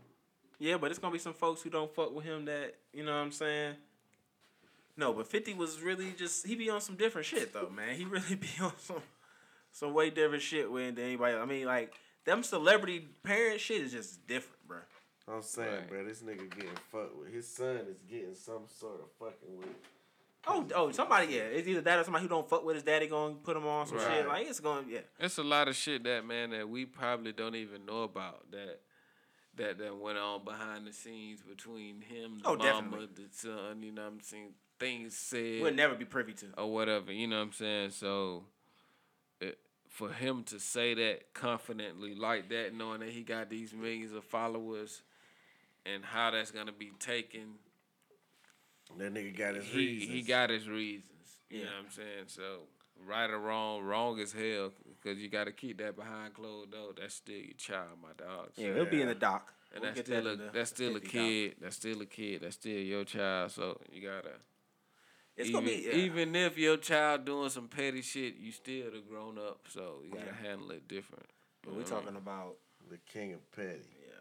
Speaker 3: Yeah, but it's gonna be some folks who don't fuck with him that you know what I'm saying. No, but Fifty was really just he be on some different shit though, man. He [laughs] really be on some some way different shit with than anybody. I mean, like them celebrity parent shit is just different, bro.
Speaker 2: I'm saying,
Speaker 4: Right.
Speaker 2: bro, this nigga getting fucked with. His son is getting some sort of fucking with.
Speaker 3: Oh, oh, somebody, yeah, it's either that or somebody who don't fuck with his daddy gonna put him on some
Speaker 4: Right.
Speaker 3: shit. Like it's going, to yeah.
Speaker 4: It's a lot of shit that man that we probably don't even know about that that that went on behind the scenes between him, the
Speaker 3: Oh,
Speaker 4: mama,
Speaker 3: definitely.
Speaker 4: the son. You know what I'm saying? Things said
Speaker 3: We'll never be privy to.
Speaker 4: or whatever. You know what I'm saying? So. it- For him to say that confidently like that, knowing that he got these millions of followers, and how that's gonna be taken,
Speaker 2: That nigga got his
Speaker 4: he,
Speaker 2: reasons.
Speaker 4: he got his reasons. You
Speaker 3: Yeah.
Speaker 4: know what I'm saying? So right or wrong, wrong as hell, because you got to keep that behind closed door. That's still your child, my dog. So-
Speaker 3: Yeah, he'll be in the dock.
Speaker 4: and
Speaker 3: We'll
Speaker 4: that's
Speaker 3: get
Speaker 4: still
Speaker 3: that
Speaker 4: a
Speaker 3: in the
Speaker 4: that's still a
Speaker 3: 50 dock.
Speaker 4: kid. That's still a kid. That's still your child. So you gotta.
Speaker 3: It's
Speaker 4: even,
Speaker 3: gonna be yeah.
Speaker 4: even if your child doing some petty shit, you still the grown up. So you gotta
Speaker 3: Yeah.
Speaker 4: handle it different.
Speaker 3: But
Speaker 4: You
Speaker 3: we're
Speaker 4: know what I
Speaker 3: talking
Speaker 4: mean?
Speaker 3: about
Speaker 2: the king of petty.
Speaker 3: yeah.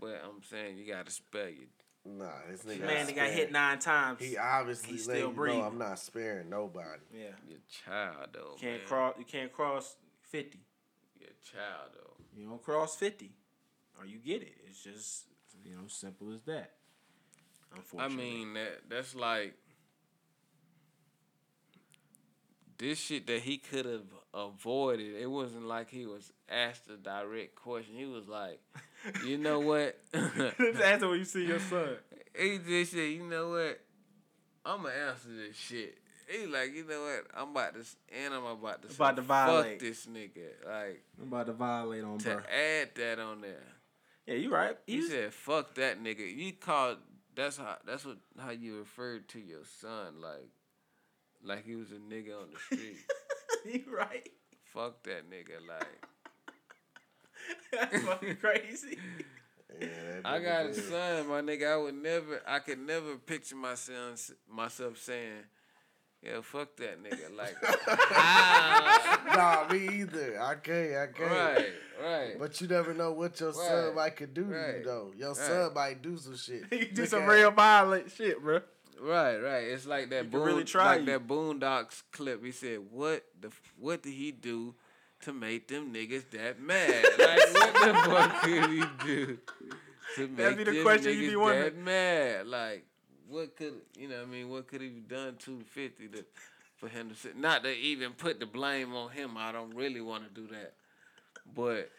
Speaker 4: But I'm saying you gotta spare your
Speaker 2: Nah, this
Speaker 3: man
Speaker 2: nigga. not
Speaker 3: that got hit
Speaker 2: sparing.
Speaker 3: nine times.
Speaker 2: He obviously
Speaker 3: He's
Speaker 2: let
Speaker 3: still
Speaker 2: you
Speaker 3: breathing.
Speaker 2: know I'm not sparing nobody.
Speaker 3: yeah.
Speaker 4: your child though.
Speaker 3: You can't
Speaker 4: Oh, man.
Speaker 3: cross. You can't cross fifty.
Speaker 4: your child though.
Speaker 3: You don't cross fifty, or you get it. It's just you know simple as that.
Speaker 4: I
Speaker 3: Unfortunately, [laughs]
Speaker 4: mean that that's like this shit that he could have avoided. It wasn't like he was asked a direct question. He was like, you know what? [laughs]
Speaker 3: Just answer when you see your son.
Speaker 4: he just said, you know what? I'ma answer this shit. He like, you know what? I'm about to s- and I'm about to, say,
Speaker 3: About to violate.
Speaker 4: fuck this nigga. Like
Speaker 3: I'm about to violate on
Speaker 4: to add that on there.
Speaker 3: Yeah, you right.
Speaker 4: He
Speaker 3: [laughs] He's,
Speaker 4: said, "Fuck that nigga." You called. That's how. That's what how you referred to your son, like, like he was a nigga
Speaker 3: [laughs]
Speaker 4: on the street.
Speaker 3: you right.
Speaker 4: Fuck that nigga. Like,
Speaker 3: That's fucking
Speaker 4: [laughs]
Speaker 3: crazy.
Speaker 2: Yeah, that
Speaker 4: I
Speaker 2: nigga
Speaker 4: got a
Speaker 2: did.
Speaker 4: son, my nigga. I would never. I could never picture myself myself saying, "Yeah, fuck that nigga."
Speaker 3: [laughs]
Speaker 4: Like, ah.
Speaker 2: [laughs]
Speaker 4: how?
Speaker 2: Nah, me either. I can't. I
Speaker 3: [laughs]
Speaker 2: can't.
Speaker 4: right, right.
Speaker 2: But you never know what your son
Speaker 4: Right.
Speaker 2: might could do to you
Speaker 4: Right.
Speaker 2: though. Your
Speaker 4: Right.
Speaker 2: son might do some
Speaker 4: [laughs]
Speaker 2: shit.
Speaker 3: He do
Speaker 2: Look
Speaker 3: some
Speaker 2: at-
Speaker 3: real violent shit, bro.
Speaker 4: Right, right. It's like that
Speaker 3: You can
Speaker 4: boon,
Speaker 3: really try
Speaker 4: like
Speaker 3: you.
Speaker 4: that Boondocks clip. He said, "What the? f- What did he do to make them niggas
Speaker 3: [laughs]
Speaker 4: that mad? like, what the fuck could he do to make
Speaker 3: That'd be the
Speaker 4: them
Speaker 3: question you
Speaker 4: niggas
Speaker 3: be wondering.
Speaker 4: that mad? Like, what could you know? what I mean, what could he have done to fifty to for him to sit? Not to even put the blame on him. I don't really want to do that, but."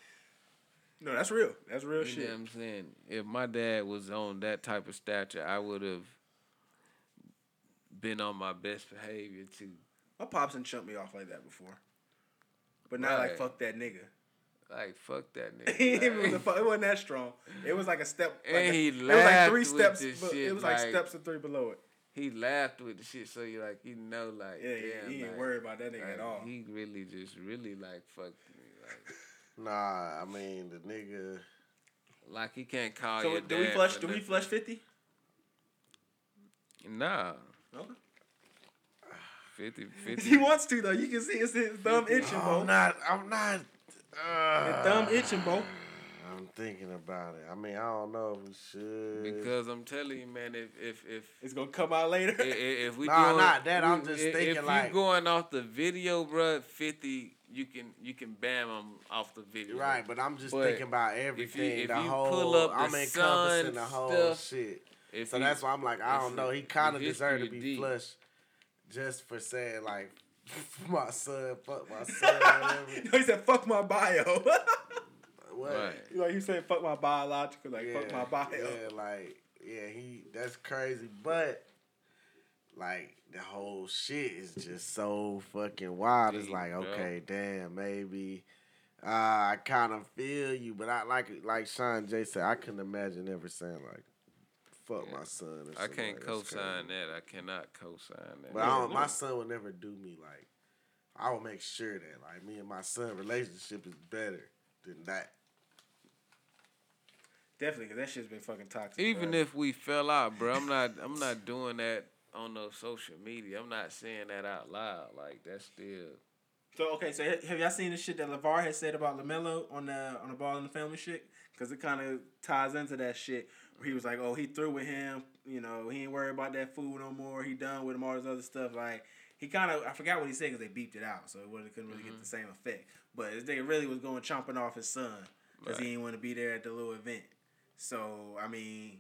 Speaker 3: No, that's real. That's real [laughs]
Speaker 4: You
Speaker 3: shit.
Speaker 4: know what I'm saying? If my dad was on that type of stature, I would have been on my best behavior too.
Speaker 3: My pops and chumped me off like that before, but not like
Speaker 4: Right.
Speaker 3: fuck that nigga. [laughs]
Speaker 4: Like fuck that
Speaker 3: it, was a
Speaker 4: nigga.
Speaker 3: fu- it wasn't that strong. It was like a step. Like
Speaker 4: And
Speaker 3: a-
Speaker 4: he
Speaker 3: it was like
Speaker 4: laughed
Speaker 3: three
Speaker 4: with
Speaker 3: steps.
Speaker 4: this
Speaker 3: be-
Speaker 4: shit,
Speaker 3: it was like,
Speaker 4: like-
Speaker 3: steps or three below it.
Speaker 4: he laughed with the shit, so you like you know like
Speaker 3: Yeah, he-
Speaker 4: damn,
Speaker 3: he ain't
Speaker 4: like,
Speaker 3: worried about that nigga
Speaker 4: like,
Speaker 3: at all.
Speaker 4: He really just really like fucked me. Like,
Speaker 2: Nah, I mean the nigga.
Speaker 4: like he can't call
Speaker 3: so
Speaker 4: your
Speaker 3: do
Speaker 4: dad.
Speaker 3: we flush?
Speaker 4: for
Speaker 3: Do we
Speaker 4: nothing.
Speaker 3: flush fifty?
Speaker 4: Nah. [laughs]
Speaker 3: Okay.
Speaker 4: 50, 50.
Speaker 3: [laughs] He wants to though. You can see it's his thumb itching, bro.
Speaker 2: I'm not. I'm not.
Speaker 3: His
Speaker 2: Uh,
Speaker 3: thumb itching, bro.
Speaker 2: I'm thinking about it. I mean, I don't know if we should.
Speaker 4: Because I'm telling you, man, if if if
Speaker 3: It's gonna come out later.
Speaker 4: i- i- if we
Speaker 2: Nah,
Speaker 4: going-
Speaker 2: not that. I'm just
Speaker 4: i- if,
Speaker 2: thinking,
Speaker 4: you
Speaker 2: like-
Speaker 4: going off the video, bruh, fifty, you can you can bam him off the video,
Speaker 2: right, but I'm just
Speaker 4: But
Speaker 2: thinking about everything.
Speaker 4: if
Speaker 2: the
Speaker 4: you
Speaker 2: whole.
Speaker 4: pull up the
Speaker 2: I'm encompassing
Speaker 4: sun
Speaker 2: the whole
Speaker 4: stuff,
Speaker 2: shit.
Speaker 4: If
Speaker 2: So
Speaker 4: you-
Speaker 2: that's why I'm like, I
Speaker 4: if
Speaker 2: don't
Speaker 4: you-
Speaker 2: know. He kind
Speaker 4: the
Speaker 2: of deserved to
Speaker 4: history
Speaker 2: be
Speaker 4: is deep.
Speaker 2: flushed just for saying like, [laughs] my son, fuck my son,
Speaker 4: [laughs]
Speaker 2: whatever.
Speaker 3: he said, "Fuck my bio." [laughs]
Speaker 2: What?
Speaker 4: Right.
Speaker 3: like you said, "Fuck my biological." Like,
Speaker 2: Yeah,
Speaker 3: "Fuck my bio."
Speaker 2: Yeah, like yeah, he that's crazy, but like the whole shit is just so fucking wild. it's
Speaker 4: Deep,
Speaker 2: like
Speaker 4: bro.
Speaker 2: okay, damn, maybe uh, I kind of feel you, but I like like Sean J said, I couldn't imagine ever saying like, "Fuck
Speaker 4: Yeah.
Speaker 2: my son." Or
Speaker 4: I
Speaker 2: something
Speaker 4: can't
Speaker 2: like that's crazy.
Speaker 4: co-sign that. I cannot co-sign that.
Speaker 2: But I don't,
Speaker 3: no.
Speaker 2: my son would never do me like. I will make sure that like me and my son relationship is better than that.
Speaker 3: Definitely, because that shit's been fucking toxic.
Speaker 4: Even
Speaker 3: bro.
Speaker 4: if we fell out, bro, I'm not I'm not doing that on no social media. I'm not saying that out loud. Like that's still
Speaker 3: so, okay, so ha- have y'all seen the shit that Levar has said about Lamelo on the on the Ball in the Family shit? Because it kind of ties into that shit where he was like, "Oh, he through with him. You know, he ain't worried about that fool no more. He done with him. All this other stuff." Like he kind of I forgot what he said because they beeped it out, so it wasn't couldn't really get the same effect. But this nigga really was going chomping off his son because he didn't want to be there at the little event. So I mean,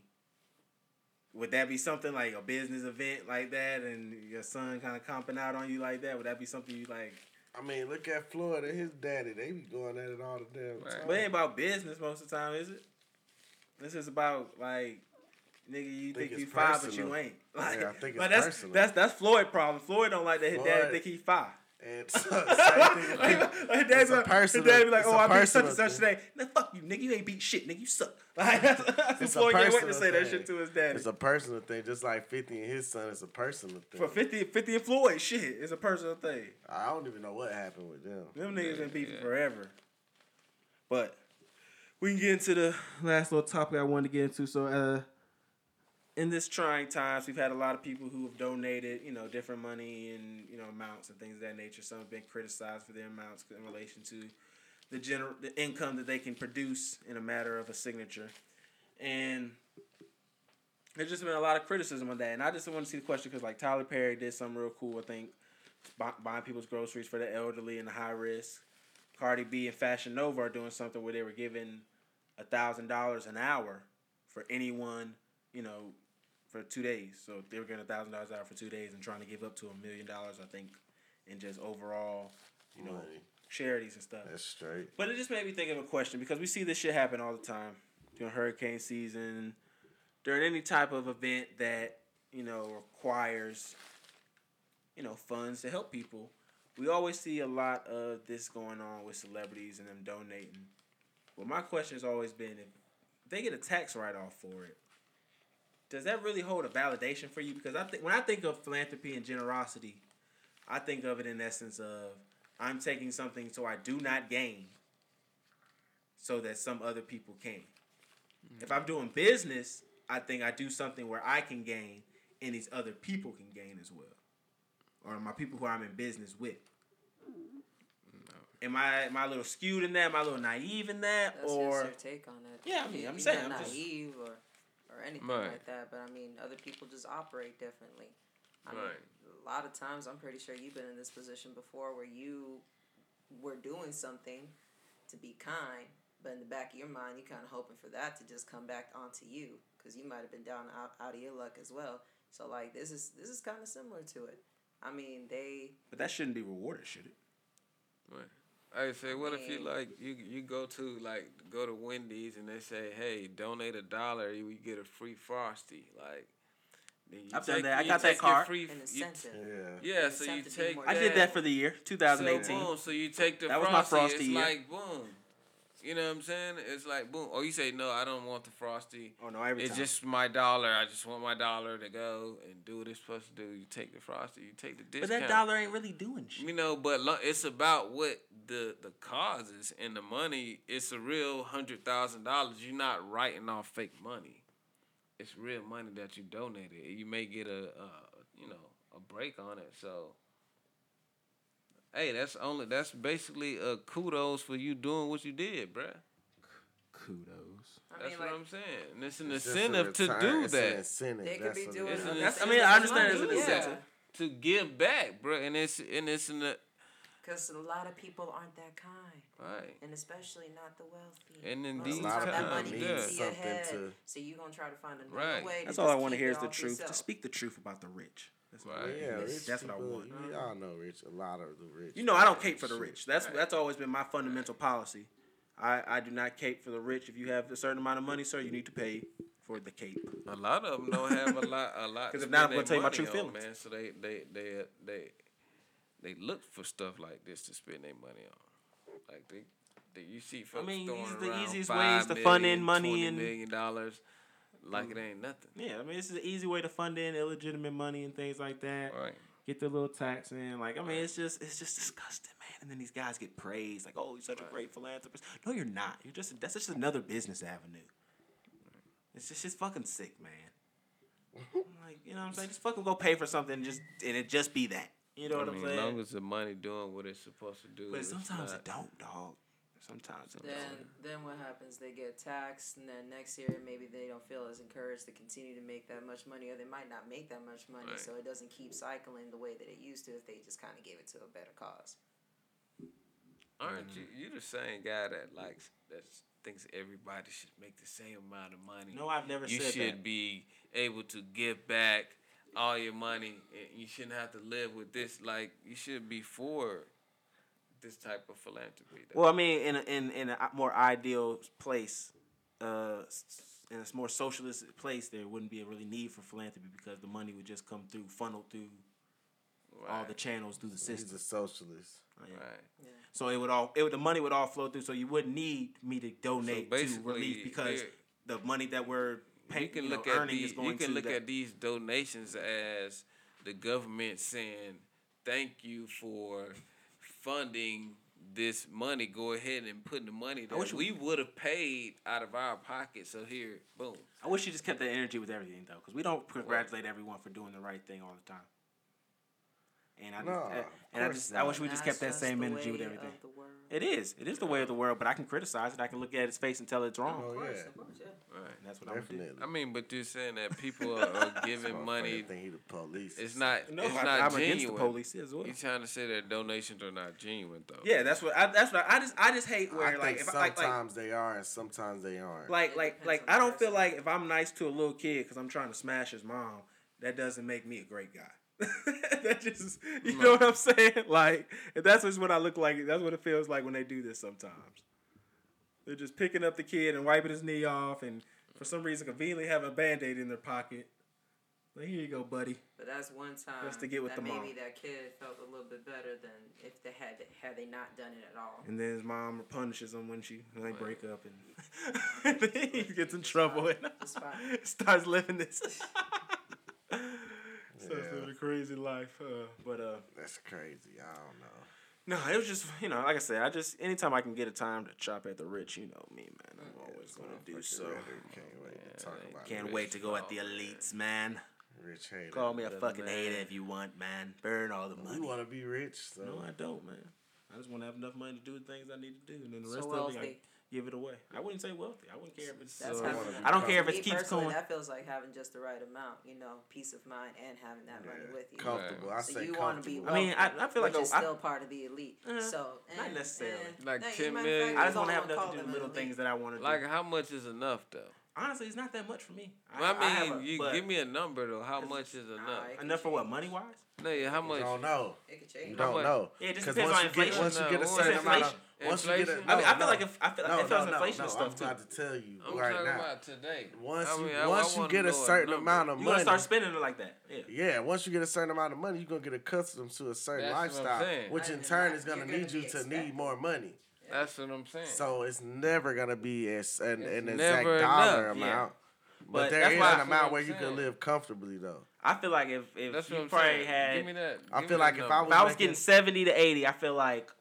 Speaker 3: would that be something like a business event like that, and your son kind of comping out on you like that? Would that be something you like?
Speaker 2: I mean, look at Floyd and his daddy. They be going at it all the damn
Speaker 4: Right.
Speaker 2: time.
Speaker 3: But it ain't about business most of the time, is it? This is about like, nigga, you think,
Speaker 2: Think it's
Speaker 3: you five, but
Speaker 2: personal.
Speaker 3: you ain't. Like,
Speaker 2: Yeah, I think it's
Speaker 3: but that's
Speaker 2: personal.
Speaker 3: that's that's Floyd problem. Floyd don't like that his
Speaker 2: Floyd-
Speaker 3: daddy think he
Speaker 2: [laughs]
Speaker 3: five.
Speaker 2: And so, same
Speaker 3: [laughs]
Speaker 2: thing.
Speaker 3: like,
Speaker 2: with-
Speaker 3: like dad's
Speaker 2: It's a
Speaker 3: like,
Speaker 2: personal-
Speaker 3: dad be like,
Speaker 2: it's
Speaker 3: oh,
Speaker 2: a
Speaker 3: I beat such
Speaker 2: personal
Speaker 3: and such
Speaker 2: thing.
Speaker 3: today. Nah, fuck you, nigga. You ain't beat shit, nigga. You suck. [laughs] Like, that's, that's
Speaker 2: It's a
Speaker 3: Floyd can't wait to
Speaker 2: personal
Speaker 3: say that
Speaker 2: thing.
Speaker 3: shit to his daddy.
Speaker 2: It's a personal thing, just like Fifty and his son. It's a personal thing.
Speaker 3: For 50, 50 and Floyd, shit, it's a personal thing.
Speaker 2: I don't even know what happened with them.
Speaker 3: Them niggas been beefing
Speaker 4: yeah.
Speaker 3: forever. But we can get into the last little topic I wanted to get into. So, uh, in this trying times, we've had a lot of people who have donated, you know, different money and you know amounts and things of that nature. Some have been criticized for their amounts in relation to the general the income that they can produce in a matter of a signature, and there's just been a lot of criticism on that. And I just want to see the question because like Tyler Perry did something real cool. I think buy, buying people's groceries for the elderly and the high risk. Cardi B and Fashion Nova are doing something where they were giving a thousand dollars an hour for anyone, you know, for two days. So they were getting a thousand dollars an hour for two days and trying to give up to a million dollars, I think, in just overall, you know,
Speaker 2: Money.
Speaker 3: charities and stuff.
Speaker 2: That's straight.
Speaker 3: But it just made me think of a question because we see this shit happen all the time during hurricane season, during any type of event that you know requires you know funds to help people. We always see a lot of this going on with celebrities and them donating. Well, my question has always been if they get a tax write off for it, does that really hold a validation for you? Because I think when I think of philanthropy and generosity, I think of it in essence of I'm taking something so I do not gain, so that some other people can. If I'm doing business, I think I do something where I can gain, and these other people can gain as well, or my people who I'm in business with.
Speaker 5: Mm.
Speaker 3: Am I am I a little skewed in that? Am I a little naive in that?
Speaker 5: That's
Speaker 3: or
Speaker 5: just your take on it.
Speaker 3: Yeah, I mean,
Speaker 5: You-
Speaker 3: I'm
Speaker 5: you're
Speaker 3: saying,
Speaker 5: not
Speaker 3: I'm just-
Speaker 5: naive or or anything
Speaker 4: Right.
Speaker 5: like that. But I mean, other people just operate differently. I mean,
Speaker 4: Right.
Speaker 5: a lot of times, I'm pretty sure you've been in this position before where you were doing something to be kind, but in the back of your mind, you're kind of hoping for that to just come back onto you because you might have been down out, out of your luck as well. So like, this is this is kind of similar to it. I mean, they
Speaker 3: but that shouldn't be rewarded, should it?
Speaker 4: Right. Hey, say what if you
Speaker 5: mean-
Speaker 4: like you you go to like go to Wendy's and they say, hey, donate a dollar, you we get a free frosty. Like, then you
Speaker 3: I've done
Speaker 4: take-
Speaker 3: that. I
Speaker 4: you
Speaker 3: got that
Speaker 4: take your
Speaker 3: card.
Speaker 4: Free,
Speaker 5: an
Speaker 4: you,
Speaker 5: incentive.
Speaker 2: Yeah.
Speaker 4: yeah,
Speaker 5: an
Speaker 4: so you
Speaker 5: incentive to be
Speaker 4: take.
Speaker 5: more
Speaker 3: I did that for the year
Speaker 4: So
Speaker 3: 2018.
Speaker 10: oh,
Speaker 4: boom, so you take the
Speaker 3: That was
Speaker 4: frosty.
Speaker 3: my Frosty,
Speaker 4: It's
Speaker 3: yeah.
Speaker 4: like boom. You know what I'm saying? It's like boom. Or you say no, I don't want the frosty.
Speaker 3: oh no, every
Speaker 4: It's
Speaker 3: time.
Speaker 4: just my dollar. I just want my dollar to go and do what it's supposed to do. You take the frosty. You take the
Speaker 3: but
Speaker 4: discount.
Speaker 3: that dollar ain't really doing shit.
Speaker 4: You know, but lo- it's about what the the cause is and the money. It's a real hundred thousand dollars. You're not writing off fake money. It's real money that you donated. You may get a, a you know a break on it. So Hey, that's only that's basically a kudos for you doing what you did, bruh.
Speaker 11: Kudos.
Speaker 5: I
Speaker 4: That's
Speaker 5: mean,
Speaker 4: what
Speaker 5: like-
Speaker 4: I'm saying. And it's an
Speaker 2: It's just a
Speaker 4: incentive to
Speaker 2: retire-
Speaker 4: do
Speaker 2: it's an
Speaker 4: that.
Speaker 2: incentive,
Speaker 5: They could
Speaker 2: that's
Speaker 5: be
Speaker 2: what it
Speaker 5: doing
Speaker 2: is.
Speaker 5: it.
Speaker 4: It's an
Speaker 5: That's- I mean, I
Speaker 4: incentive
Speaker 5: understand
Speaker 4: to
Speaker 5: it's an
Speaker 4: do that.
Speaker 5: incentive.
Speaker 4: To give back, bruh. and it's and it's in the
Speaker 5: Because a lot of people aren't that kind,
Speaker 4: right.
Speaker 5: and especially not the wealthy.
Speaker 4: And in
Speaker 5: Most
Speaker 4: these
Speaker 5: of the time, that
Speaker 4: times,
Speaker 5: money can
Speaker 4: yeah.
Speaker 5: see
Speaker 2: Something
Speaker 5: ahead,
Speaker 2: to-
Speaker 5: so you gonna try to find another
Speaker 4: Right.
Speaker 5: way.
Speaker 10: That's
Speaker 5: to
Speaker 10: all I
Speaker 5: just
Speaker 10: want to
Speaker 5: keep
Speaker 10: hear
Speaker 5: it
Speaker 10: is the
Speaker 5: off
Speaker 10: truth.
Speaker 5: yourself.
Speaker 10: Just speak the truth about the rich. That's what I
Speaker 4: Right.
Speaker 10: want.
Speaker 2: Yeah,
Speaker 10: That's-
Speaker 2: rich
Speaker 10: that's what I
Speaker 2: people,
Speaker 10: want.
Speaker 2: You y'all know rich. A lot of the rich.
Speaker 10: You know, I don't
Speaker 2: man,
Speaker 10: cape for the
Speaker 2: shit.
Speaker 10: rich. That's that's always been my fundamental policy. I, I do not cape for the rich. If you have a certain amount of money, sir, you need to pay for the cape.
Speaker 4: A lot of them don't have a lot, a [laughs] lot.
Speaker 10: 'Cause
Speaker 4: to
Speaker 10: if not,
Speaker 4: spend
Speaker 10: I'm gonna
Speaker 4: their
Speaker 10: tell you my
Speaker 4: money
Speaker 10: true
Speaker 4: on,
Speaker 10: feelings.
Speaker 4: man. So they, they, they, they, they look for stuff like this to spend their money on. Like they, they you see folks
Speaker 3: mean,
Speaker 4: throwing
Speaker 3: these the
Speaker 4: around
Speaker 3: easiest
Speaker 4: five
Speaker 3: ways to fund
Speaker 4: million,
Speaker 3: in money
Speaker 4: $20
Speaker 3: and-
Speaker 4: million dollars, like it ain't nothing.
Speaker 3: Yeah, I mean, this is an easy way to fund in illegitimate money and things like that.
Speaker 4: Right.
Speaker 3: Get the little tax in. Like, I mean, it's just it's just disgusting, man. And then these guys get praised, like, "Oh, you're such a great philanthropist." No, you're not. You're just that's just another business avenue. It's just it's fucking sick, man. I'm like, you know what I'm saying? Just fucking go pay for something, and just and it just be that. You know
Speaker 4: I
Speaker 3: what
Speaker 4: mean,
Speaker 3: I'm
Speaker 4: as
Speaker 3: saying?
Speaker 4: long as the money doing what it's supposed to do.
Speaker 3: but
Speaker 4: it's
Speaker 3: sometimes
Speaker 4: not-
Speaker 3: it don't, dog. Sometimes it
Speaker 5: Then,
Speaker 3: don't.
Speaker 5: then what happens? They get taxed, and then next year maybe they don't feel as encouraged to continue to make that much money, or they might not make that much money,
Speaker 4: Right.
Speaker 5: so it doesn't keep cycling the way that it used to if they just kind of gave it to a better cause.
Speaker 4: Aren't you? You the same guy that likes that thinks everybody should make the same amount of money.
Speaker 3: No, I've never
Speaker 4: you
Speaker 3: said
Speaker 4: should
Speaker 3: that.
Speaker 4: be able to give back all your money and you shouldn't have to live with this like you should be for this type of philanthropy though.
Speaker 3: Well, I mean, in a, in in a more ideal place, uh, s- in a more socialist place, there wouldn't be a really need for philanthropy because the money would just come through, funneled through all the
Speaker 4: Right,
Speaker 3: channels through the
Speaker 2: He's
Speaker 3: system.
Speaker 2: a socialist.
Speaker 3: Yeah.
Speaker 4: right.
Speaker 3: So it would all it would, the money would all flow through. So you wouldn't need me to donate to
Speaker 4: basically,
Speaker 3: relief because
Speaker 4: there-
Speaker 3: the money that we're paying,
Speaker 4: you can
Speaker 3: know,
Speaker 4: look at
Speaker 3: earning
Speaker 4: these
Speaker 3: is going
Speaker 4: you can
Speaker 3: to
Speaker 4: look
Speaker 3: that-
Speaker 4: at these donations as the government saying thank you for funding this money go ahead and put the money that
Speaker 3: wish
Speaker 4: we would have paid out of our pocket so here boom
Speaker 3: I wish you just kept that energy with everything though, because we don't congratulate everyone for doing the right thing all the time. And I just,
Speaker 2: No,
Speaker 3: I-
Speaker 2: of
Speaker 3: and I
Speaker 2: course
Speaker 3: just I
Speaker 2: not.
Speaker 3: wish we just kept that
Speaker 5: That's
Speaker 3: same
Speaker 5: the
Speaker 3: energy with
Speaker 5: way
Speaker 3: everything.
Speaker 5: of the world.
Speaker 3: It is. It is the way of the world, but I can criticize it. I can look at its face and tell it's wrong.
Speaker 2: Oh
Speaker 5: Of course,
Speaker 2: yeah,
Speaker 5: of course, yeah.
Speaker 4: right
Speaker 3: And that's what I'm
Speaker 2: definitely.
Speaker 4: I mean, but you're saying that people are,
Speaker 3: [laughs]
Speaker 4: are giving money.
Speaker 2: Think he the police.
Speaker 4: It's
Speaker 3: gonna
Speaker 4: not.
Speaker 3: do. No,
Speaker 4: it's
Speaker 3: I,
Speaker 4: not
Speaker 3: I'm
Speaker 4: genuine.
Speaker 3: against the police as well.
Speaker 4: You're trying to say that donations are not genuine, though.
Speaker 10: Yeah, that's what I, that's what I, I just I just hate
Speaker 2: I
Speaker 10: where
Speaker 2: think
Speaker 10: like if I, like
Speaker 2: sometimes
Speaker 10: like
Speaker 2: they are and sometimes they aren't.
Speaker 10: like
Speaker 5: It
Speaker 10: like
Speaker 5: depends
Speaker 10: like
Speaker 5: on
Speaker 10: I
Speaker 5: the
Speaker 10: don't feel
Speaker 5: person.
Speaker 10: like if I'm nice to a little kid because I'm trying to smash his mom, that doesn't make me a great guy. [laughs] that just you know what I'm saying? [laughs] Like that's just what I look like. That's what it feels like when they do this sometimes. They're just picking up the kid and wiping his knee off, and for some reason conveniently have a band aid in their pocket. Like here you go, buddy.
Speaker 5: But that's one time
Speaker 10: Just to get with
Speaker 5: that
Speaker 10: the mom.
Speaker 5: maybe that kid felt a little bit better than if they had had they not done it at all.
Speaker 10: [laughs] And then his mom punishes him when she when they break up, and [laughs] then he gets in trouble and
Speaker 5: It's fine.
Speaker 10: [laughs] starts living this. Starts
Speaker 2: Yeah.
Speaker 10: living a crazy life, uh, but uh,
Speaker 2: That's crazy. I don't know.
Speaker 10: no, it was just you know, like I said, I just anytime I can get a time to chop at the rich, you know me, man, I'm always gonna do so.
Speaker 2: Can't wait to talk about
Speaker 10: Can't
Speaker 2: rich,
Speaker 10: wait to go at the elites, man.
Speaker 2: rich hater.
Speaker 10: Call me a
Speaker 4: Brother,
Speaker 10: fucking
Speaker 4: man.
Speaker 10: hater if you want, man. Burn all the money.
Speaker 2: You want to be rich, so
Speaker 10: No, I don't, man. I just want to have enough money to do the things I need to do, and then the
Speaker 5: So
Speaker 10: rest of it, I
Speaker 5: wealthy.
Speaker 10: give it away. I wouldn't say wealthy. I wouldn't care if it's.
Speaker 5: That's
Speaker 10: uh,
Speaker 5: how-
Speaker 10: I don't care if
Speaker 5: Me
Speaker 10: it keeps
Speaker 5: personally,
Speaker 10: going.
Speaker 5: That feels like having just the right amount, you know, peace of mind and having that money
Speaker 2: Yeah.
Speaker 5: with you.
Speaker 2: comfortable. I
Speaker 5: So
Speaker 2: say
Speaker 5: you want to be
Speaker 2: comfortable.
Speaker 5: wealthy.
Speaker 10: I mean, I- I feel like
Speaker 5: which
Speaker 10: a-
Speaker 5: is
Speaker 10: I-
Speaker 5: still part of the elite.
Speaker 10: Eh,
Speaker 5: so
Speaker 10: not
Speaker 5: eh,
Speaker 10: necessarily.
Speaker 5: eh,
Speaker 4: Like
Speaker 5: no, you
Speaker 4: 10
Speaker 5: might
Speaker 4: million.
Speaker 5: find
Speaker 10: I just
Speaker 5: you
Speaker 10: want to have
Speaker 5: gonna
Speaker 10: enough
Speaker 5: call
Speaker 10: to do
Speaker 5: them
Speaker 10: the
Speaker 5: an
Speaker 10: little
Speaker 5: elite.
Speaker 10: things that I want to do.
Speaker 4: Like, how much is enough, though?
Speaker 10: Honestly, it's not that much for me.
Speaker 4: I, mean,
Speaker 10: have a-
Speaker 4: you
Speaker 10: but-
Speaker 4: give me a number though. How much is
Speaker 5: Nah,
Speaker 4: enough?
Speaker 5: it could
Speaker 10: enough for what
Speaker 5: change.
Speaker 10: money wise.
Speaker 4: No, yeah, how
Speaker 2: You
Speaker 4: much?
Speaker 2: don't know.
Speaker 5: It could
Speaker 2: You
Speaker 5: change.
Speaker 2: don't
Speaker 4: much?
Speaker 2: know.
Speaker 10: Yeah, it just
Speaker 2: 'Cause
Speaker 10: depends
Speaker 2: once
Speaker 10: on
Speaker 2: you get-
Speaker 10: inflation.
Speaker 2: Once you get a
Speaker 4: It's
Speaker 2: certain amount of,
Speaker 4: inflation.
Speaker 2: once you get a,
Speaker 4: Inflation.
Speaker 2: no,
Speaker 10: I mean, I
Speaker 2: no.
Speaker 10: feel like if I feel,
Speaker 2: no,
Speaker 10: if it was
Speaker 2: no,
Speaker 10: inflation
Speaker 2: no, no,
Speaker 10: stuff
Speaker 2: I'm
Speaker 10: too,
Speaker 2: about to tell you
Speaker 4: I'm
Speaker 2: right
Speaker 4: talking
Speaker 2: now.
Speaker 4: about today.
Speaker 2: Once
Speaker 4: I
Speaker 2: you
Speaker 4: mean, I- I
Speaker 2: once you
Speaker 4: wanna
Speaker 2: get
Speaker 4: know
Speaker 2: a certain
Speaker 4: number.
Speaker 2: amount of
Speaker 10: you
Speaker 2: money,
Speaker 10: gonna start spending it like that. Yeah.
Speaker 2: yeah, once you get a certain amount of money, you're gonna get accustomed to a certain
Speaker 4: That's what I'm
Speaker 2: lifestyle,
Speaker 4: saying.
Speaker 2: which in
Speaker 5: And
Speaker 2: turn
Speaker 5: that-
Speaker 2: is gonna
Speaker 5: you're gonna
Speaker 2: need you
Speaker 5: be
Speaker 2: to
Speaker 5: expected.
Speaker 2: need more money.
Speaker 4: That's what I'm saying.
Speaker 2: So it's never gonna be as an,
Speaker 4: It's
Speaker 2: an exact
Speaker 4: never
Speaker 2: dollar
Speaker 4: enough.
Speaker 2: amount.
Speaker 4: Yeah.
Speaker 2: But,
Speaker 10: But
Speaker 2: there
Speaker 10: that's
Speaker 2: is
Speaker 10: why-
Speaker 2: an
Speaker 4: that's what
Speaker 2: amount
Speaker 4: I'm
Speaker 2: where you can
Speaker 4: saying.
Speaker 2: live comfortably though.
Speaker 10: I feel like if if
Speaker 4: that's
Speaker 10: you
Speaker 4: what I'm
Speaker 10: probably
Speaker 4: saying.
Speaker 10: had,
Speaker 4: give me that.
Speaker 2: I
Speaker 4: give
Speaker 2: feel
Speaker 4: me that
Speaker 2: like if I
Speaker 4: number.
Speaker 10: if I was
Speaker 2: making-
Speaker 10: getting seventy to eighty, I feel like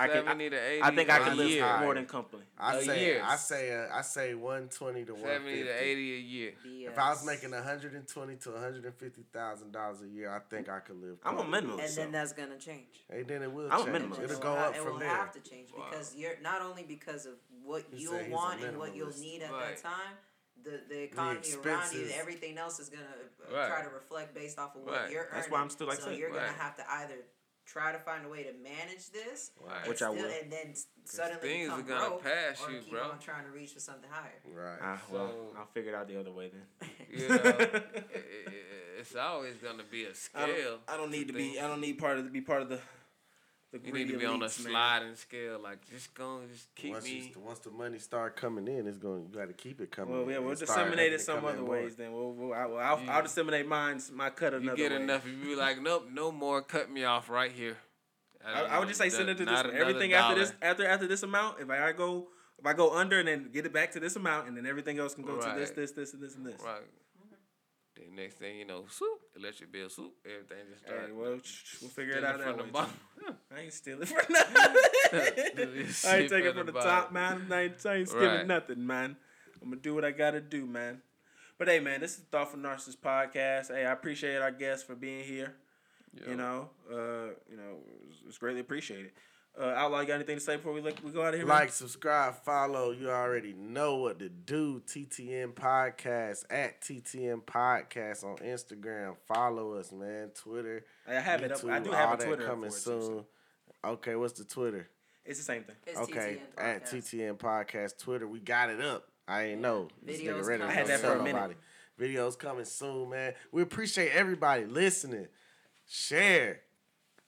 Speaker 3: I can. I,
Speaker 4: 70 to 80
Speaker 3: I think I
Speaker 4: a
Speaker 3: can live
Speaker 4: year.
Speaker 3: more than company.
Speaker 2: I
Speaker 4: A
Speaker 2: say
Speaker 4: year.
Speaker 2: I say uh, I say one twenty to one
Speaker 4: Seventy
Speaker 2: fifty
Speaker 4: to eighty a year.
Speaker 2: If I was making
Speaker 5: uh,
Speaker 2: one hundred and twenty to one hundred and fifty thousand dollars a year, I think I could live. comfortable.
Speaker 5: and then that's gonna change.
Speaker 2: And then it will
Speaker 5: I'm a
Speaker 2: change.
Speaker 5: minimalist.
Speaker 2: It'll
Speaker 5: It
Speaker 2: go
Speaker 5: will
Speaker 2: up
Speaker 5: ha- it
Speaker 2: from
Speaker 5: will
Speaker 2: there.
Speaker 5: have to change because you're not only because of what
Speaker 2: He
Speaker 5: you'll
Speaker 2: said he's a
Speaker 5: want and what you'll
Speaker 2: minimalist.
Speaker 5: need at
Speaker 2: Right.
Speaker 5: that time. The, the economy around you,
Speaker 2: expenses.
Speaker 5: everything else is gonna uh,
Speaker 3: Right.
Speaker 5: try to reflect based off of what
Speaker 3: Right.
Speaker 5: you're earning.
Speaker 3: That's why I'm still like
Speaker 5: so
Speaker 3: saying,
Speaker 5: you're
Speaker 3: right.
Speaker 5: gonna have to either try to find a way to manage this,
Speaker 3: Right.
Speaker 5: and
Speaker 3: Which I
Speaker 5: still-
Speaker 3: will.
Speaker 5: and then s- suddenly
Speaker 4: things
Speaker 5: become
Speaker 4: are gonna
Speaker 5: broke,
Speaker 4: pass
Speaker 5: or
Speaker 4: you,
Speaker 5: keep
Speaker 4: bro.
Speaker 5: on trying to reach for something higher.
Speaker 2: Right.
Speaker 3: Ah, well,
Speaker 4: So-
Speaker 3: I'll figure it out the other way then. [laughs]
Speaker 4: You know, [laughs] i- i- i- it's always gonna be a scale.
Speaker 3: I don't, I don't need to be. I don't need part of the, be part of the. the
Speaker 4: You need
Speaker 3: greedy
Speaker 4: to be on a
Speaker 3: elites, man.
Speaker 4: sliding scale, like just gonna just keep
Speaker 2: Once,
Speaker 4: me.
Speaker 2: you, once the money start coming in, it's going. You got to keep it coming.
Speaker 3: Well,
Speaker 2: in.
Speaker 3: yeah, we'll
Speaker 2: It start
Speaker 3: disseminate
Speaker 2: having
Speaker 3: it
Speaker 2: to
Speaker 3: some
Speaker 2: come in
Speaker 3: other
Speaker 2: more.
Speaker 3: ways. Then we'll, we'll, I will, I'll, I'll
Speaker 4: You-
Speaker 3: disseminate mine's my cut another
Speaker 4: You get
Speaker 3: way.
Speaker 4: enough, you be like, nope, no more. Cut me off right here.
Speaker 3: I, I would just say send it to this
Speaker 4: Not
Speaker 3: one.
Speaker 4: another
Speaker 3: everything after this
Speaker 4: dollar.
Speaker 3: after after this amount. If I go if I go under and then get it back to this amount and then everything else can go to this
Speaker 4: Right.
Speaker 3: this this and this and this.
Speaker 4: Right. Then next thing you know, swoop, electric bill, swoop, everything just
Speaker 3: Hey,
Speaker 4: started.
Speaker 3: well, sh- sh- we'll figure it
Speaker 4: Stealing
Speaker 3: out that
Speaker 4: from the
Speaker 3: way,
Speaker 4: bottom.
Speaker 3: I ain't stealing from
Speaker 4: [laughs]
Speaker 3: nothing. [laughs]
Speaker 4: This
Speaker 3: I
Speaker 4: shit
Speaker 3: ain't taking
Speaker 4: from
Speaker 3: from
Speaker 4: the
Speaker 3: the top,
Speaker 4: bottom.
Speaker 3: man. I ain't, I ain't stealing
Speaker 4: Right.
Speaker 3: nothing, man. I'm gonna do what I gotta do, man. But hey, man, this is the Thoughtful Narcissist podcast. Hey, I appreciate our guests for being here.
Speaker 4: Yo.
Speaker 3: You know, uh, you know, it's, it's greatly appreciated. Uh, Outlaw, you got anything to say before we look, we go out of here? man?
Speaker 2: Like, subscribe, follow. You already know what to do. TTN Podcast at TTN Podcast on Instagram. Follow us, man. Twitter.
Speaker 3: I have it up. I do have a
Speaker 2: all that
Speaker 3: Twitter up
Speaker 2: coming
Speaker 3: for it, too,
Speaker 2: soon. Okay, what's the Twitter?
Speaker 3: It's the same thing.
Speaker 5: [laughs] It's
Speaker 2: okay,
Speaker 5: TTN
Speaker 2: at
Speaker 5: Podcast.
Speaker 2: TTN Podcast Twitter. We got it up. I ain't know. This
Speaker 5: Videos
Speaker 2: nigga ready
Speaker 5: coming
Speaker 2: to
Speaker 3: I had that
Speaker 2: tell
Speaker 3: for a minute.
Speaker 2: nobody. Videos coming soon, man. We appreciate everybody listening. Share.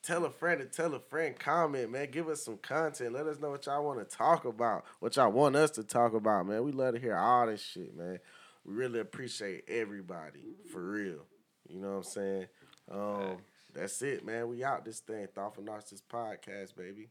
Speaker 2: Tell a friend to tell a friend. Comment, man. Give us some content. Let us know what y'all want to talk about. What y'all want us to talk about, man. We love to hear all this shit, man. We really appreciate everybody. For real. You know what I'm saying? Um, that's it, man. We out this thing. Thoughtful Narcissist Podcast, baby.